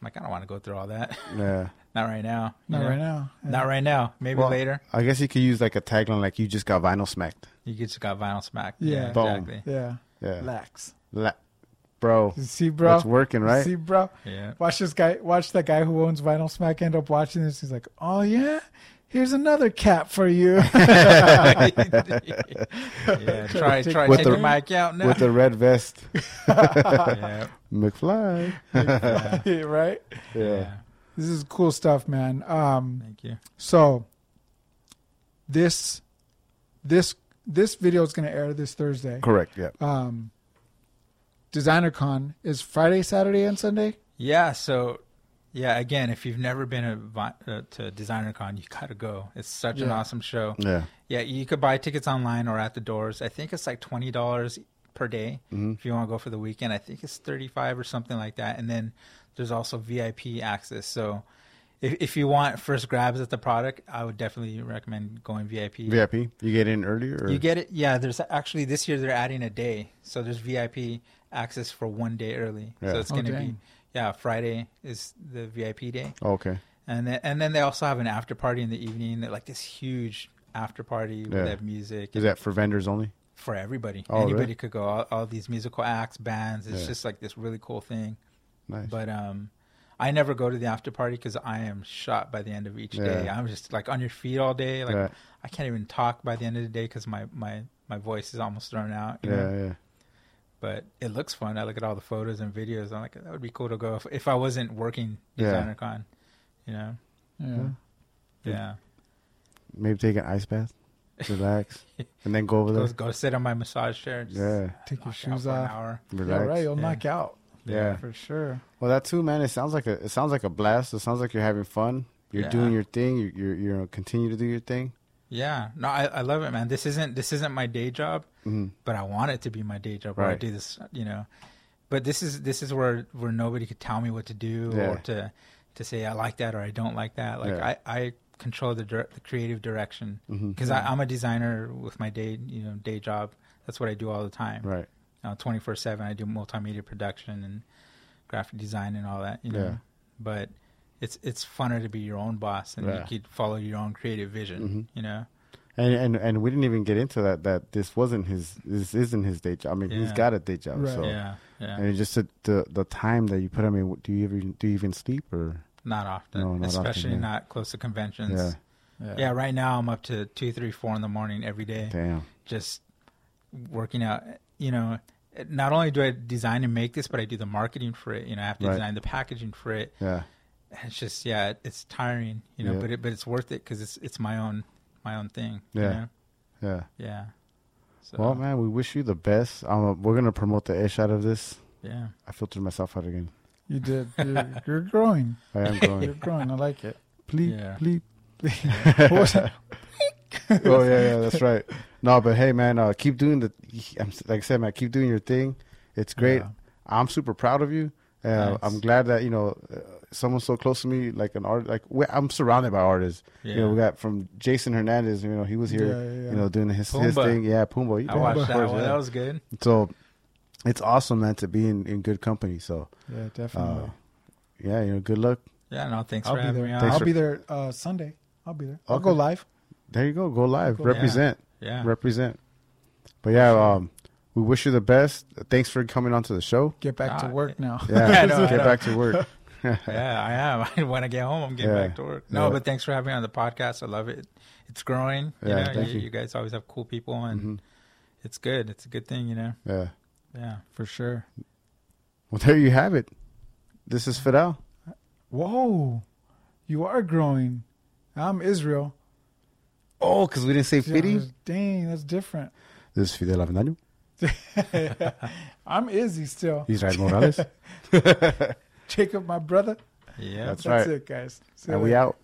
Speaker 3: like, I don't want to go through all that.
Speaker 2: Yeah.
Speaker 3: Not right now. you
Speaker 1: Not
Speaker 3: know?
Speaker 1: right now. Yeah.
Speaker 3: Not right now. Maybe
Speaker 2: Well,
Speaker 3: later.
Speaker 2: I guess you could use like a tagline like "You just got vinyl smacked."
Speaker 3: You just got vinyl smack.
Speaker 1: Yeah.
Speaker 2: Boom.
Speaker 3: exactly.
Speaker 1: Yeah.
Speaker 2: Yeah.
Speaker 1: Lax.
Speaker 2: La- bro,
Speaker 1: You see, bro.
Speaker 2: that's working, right?
Speaker 1: See, bro.
Speaker 3: Yeah.
Speaker 1: Watch this guy. Watch that guy who owns Vinyl Smack end up watching this. He's like, "Oh yeah, here's another cap for you."
Speaker 3: yeah. Try, try
Speaker 2: With
Speaker 3: taking
Speaker 2: the-
Speaker 3: my account now.
Speaker 2: With the red vest,
Speaker 3: yeah.
Speaker 2: McFly.
Speaker 3: Yeah.
Speaker 1: right?
Speaker 2: Yeah.
Speaker 3: yeah.
Speaker 1: This is cool stuff, man. Um,
Speaker 3: Thank you.
Speaker 1: so this this this video is going to air this Thursday.
Speaker 2: Correct. Yeah.
Speaker 1: Um, DesignerCon is Friday, Saturday, and Sunday.
Speaker 3: Yeah. So, yeah. Again, if you've never been a, vi- uh, to DesignerCon, you gotta go. It's such an
Speaker 1: Yeah.
Speaker 3: awesome show.
Speaker 2: Yeah.
Speaker 3: Yeah, you could buy tickets online or at the doors. I think it's like twenty dollars per day
Speaker 2: Mm-hmm.
Speaker 3: if you want to go for the weekend. I think it's thirty five or something like that. And then there's also VIP access. So if if you want first grabs at the product, I would definitely recommend going VIP.
Speaker 2: VIP. You get in earlier. Or?
Speaker 3: You get it? Yeah, there's actually this year they're adding a day. So there's VIP access for one day early.
Speaker 2: Yeah.
Speaker 3: So it's
Speaker 1: Oh,
Speaker 3: going to be
Speaker 1: dang.
Speaker 3: yeah, Friday is the VIP day.
Speaker 2: Oh, okay.
Speaker 3: And then, and then they also have an after party in the evening. They're like this huge after party
Speaker 2: Yeah.
Speaker 3: with that music
Speaker 2: Is that for vendors only?
Speaker 3: for everybody.
Speaker 2: Oh,
Speaker 3: Anybody
Speaker 2: really?
Speaker 3: could go. All, all these musical acts, bands. It's
Speaker 2: Yeah.
Speaker 3: just like this really cool thing.
Speaker 2: Nice.
Speaker 3: But um, I never go to the after party because I am shot by the end of each day.
Speaker 2: Yeah.
Speaker 3: I'm just like on your feet all day. Like
Speaker 2: Right.
Speaker 3: I can't even talk by the end of the day because my my my voice is almost thrown out. You
Speaker 2: yeah.
Speaker 3: Know?
Speaker 2: Yeah.
Speaker 3: But it looks fun. I look at all the photos and videos. I'm like, that would be cool to go if, if I wasn't working
Speaker 2: Yeah.
Speaker 3: designer con. You know?
Speaker 1: Yeah.
Speaker 2: Yeah.
Speaker 3: Yeah.
Speaker 2: Maybe take an ice bath, relax, and then go over
Speaker 3: Go,
Speaker 2: there.
Speaker 3: go sit on my massage chair. Just
Speaker 2: Yeah.
Speaker 1: Take your
Speaker 3: knock out
Speaker 1: shoes
Speaker 3: for an
Speaker 1: off.
Speaker 3: hour.
Speaker 1: Yeah,
Speaker 2: Relax.
Speaker 1: right. You'll
Speaker 3: Yeah.
Speaker 1: knock out
Speaker 2: Yeah.
Speaker 1: for sure.
Speaker 2: Well, that too, man. It sounds like a it sounds like a blast. It sounds like you're having fun. You're
Speaker 3: Yeah.
Speaker 2: doing your thing. You're you're, you're gonna continue to do your thing.
Speaker 3: Yeah, no, I, I love it, man. This isn't this isn't my day job,
Speaker 2: Mhm.
Speaker 3: but I want it to be my day job. Where I
Speaker 2: Right.
Speaker 3: do this, you know. But this is this is where where nobody could tell me what to do
Speaker 2: Yeah.
Speaker 3: or to to say I like that or I don't like that. Like
Speaker 2: Yeah.
Speaker 3: I I control the dir- the creative direction
Speaker 2: Mhm.
Speaker 3: because I'm a designer with my day you know day job. That's what I do all the time.
Speaker 2: Right.
Speaker 3: Twenty four seven, I do multimedia production and graphic design and all that. You know,
Speaker 2: Yeah.
Speaker 3: but it's it's funner to be your own boss and
Speaker 2: Yeah.
Speaker 3: you could follow your own creative vision.
Speaker 2: Mhm.
Speaker 3: You know.
Speaker 2: And and and we didn't even get into that. That this wasn't his. This isn't his day job. I mean, he's
Speaker 3: Yeah.
Speaker 2: got a day job.
Speaker 1: Right.
Speaker 2: So.
Speaker 3: Yeah, yeah.
Speaker 2: And just the, the the time that you put. I mean, do you ever do you even sleep or?
Speaker 3: Not often,
Speaker 2: No, not often,
Speaker 3: especially
Speaker 2: yeah.
Speaker 3: not close to conventions.
Speaker 2: Yeah.
Speaker 3: Yeah. right now I'm up to two, three, four in the morning every day,
Speaker 2: Damn.
Speaker 3: just working out. You know, not only do I design and make this, but I do the marketing for it. You know, I have to
Speaker 2: Right.
Speaker 3: design the packaging for it.
Speaker 2: Yeah.
Speaker 3: It's just yeah, it's tiring. You know,
Speaker 2: Yeah.
Speaker 3: but it, but it's worth it because it's it's my own my own thing. you
Speaker 2: Yeah.
Speaker 3: know?
Speaker 2: Yeah.
Speaker 3: yeah. So
Speaker 2: Well, man, we wish you the best. Um, we're gonna promote the ish out of this.
Speaker 3: yeah,
Speaker 2: I filtered myself out again.
Speaker 1: You did. You're, you're growing.
Speaker 2: I am
Speaker 1: You're
Speaker 2: going.
Speaker 1: growing. I like it.
Speaker 2: bleep,
Speaker 3: Yeah.
Speaker 2: bleep.
Speaker 1: What was that?
Speaker 2: oh yeah, yeah, that's right. No, but hey, man, uh, keep doing the. I'm, like I said, man, keep doing your thing. It's great.
Speaker 3: Yeah.
Speaker 2: I'm super proud of you. Uh,
Speaker 3: Thanks.
Speaker 2: I'm glad that you know uh, someone so close to me, like an art. Like we, I'm surrounded by artists. You know,
Speaker 3: Yeah.
Speaker 2: we got from Jason Hernandez. You know, he was here.
Speaker 1: Yeah, yeah, yeah.
Speaker 2: You know, doing his his
Speaker 3: Pumbaa.
Speaker 2: thing. Yeah, Pumba.
Speaker 3: I watched that one. That was good.
Speaker 2: So it's awesome, man, to be in, in good company. So
Speaker 1: Yeah,
Speaker 2: uh,
Speaker 1: definitely.
Speaker 2: yeah, you know, good luck.
Speaker 3: Yeah, no, thanks
Speaker 1: I'll
Speaker 3: for
Speaker 1: be
Speaker 3: having
Speaker 1: there.
Speaker 3: me on.
Speaker 2: Thanks
Speaker 1: I'll
Speaker 2: for-
Speaker 1: be there uh, Sunday. I'll be there. I'll go
Speaker 2: Okay.
Speaker 1: live.
Speaker 2: There you go. Go live.
Speaker 1: Go live.
Speaker 2: Represent.
Speaker 3: yeah,
Speaker 2: Represent. But yeah, um, we wish you the best. Thanks for coming onto the show.
Speaker 1: Get back to
Speaker 3: Ah,
Speaker 1: work
Speaker 3: yeah.
Speaker 1: now.
Speaker 2: Yeah,
Speaker 3: I know, I
Speaker 2: get
Speaker 3: know.
Speaker 2: back to work.
Speaker 3: yeah, I am. when I get home, I'm getting
Speaker 2: Yeah.
Speaker 3: back to work. No,
Speaker 2: Yeah.
Speaker 3: but thanks for having me on the podcast. I love it. It's growing. You
Speaker 2: Yeah,
Speaker 3: know,
Speaker 2: thank
Speaker 3: you,
Speaker 2: you.
Speaker 3: you guys always have cool people, and
Speaker 2: Mhm.
Speaker 3: it's good. It's a good thing, you know.
Speaker 2: Yeah.
Speaker 3: Yeah.
Speaker 1: For sure.
Speaker 2: Well, there you have it. This is Fidel.
Speaker 1: Whoa. You are growing. I'm Israel.
Speaker 2: Oh, because we didn't say
Speaker 1: Dang, that's different.
Speaker 2: This is Fidel Avendaño.
Speaker 1: I'm Izzy still.
Speaker 2: Israel Morales.
Speaker 1: Jacob, my brother.
Speaker 3: Yeah.
Speaker 2: That's
Speaker 1: That's
Speaker 2: right.
Speaker 1: it, guys. See you
Speaker 2: and we
Speaker 1: later.
Speaker 2: out.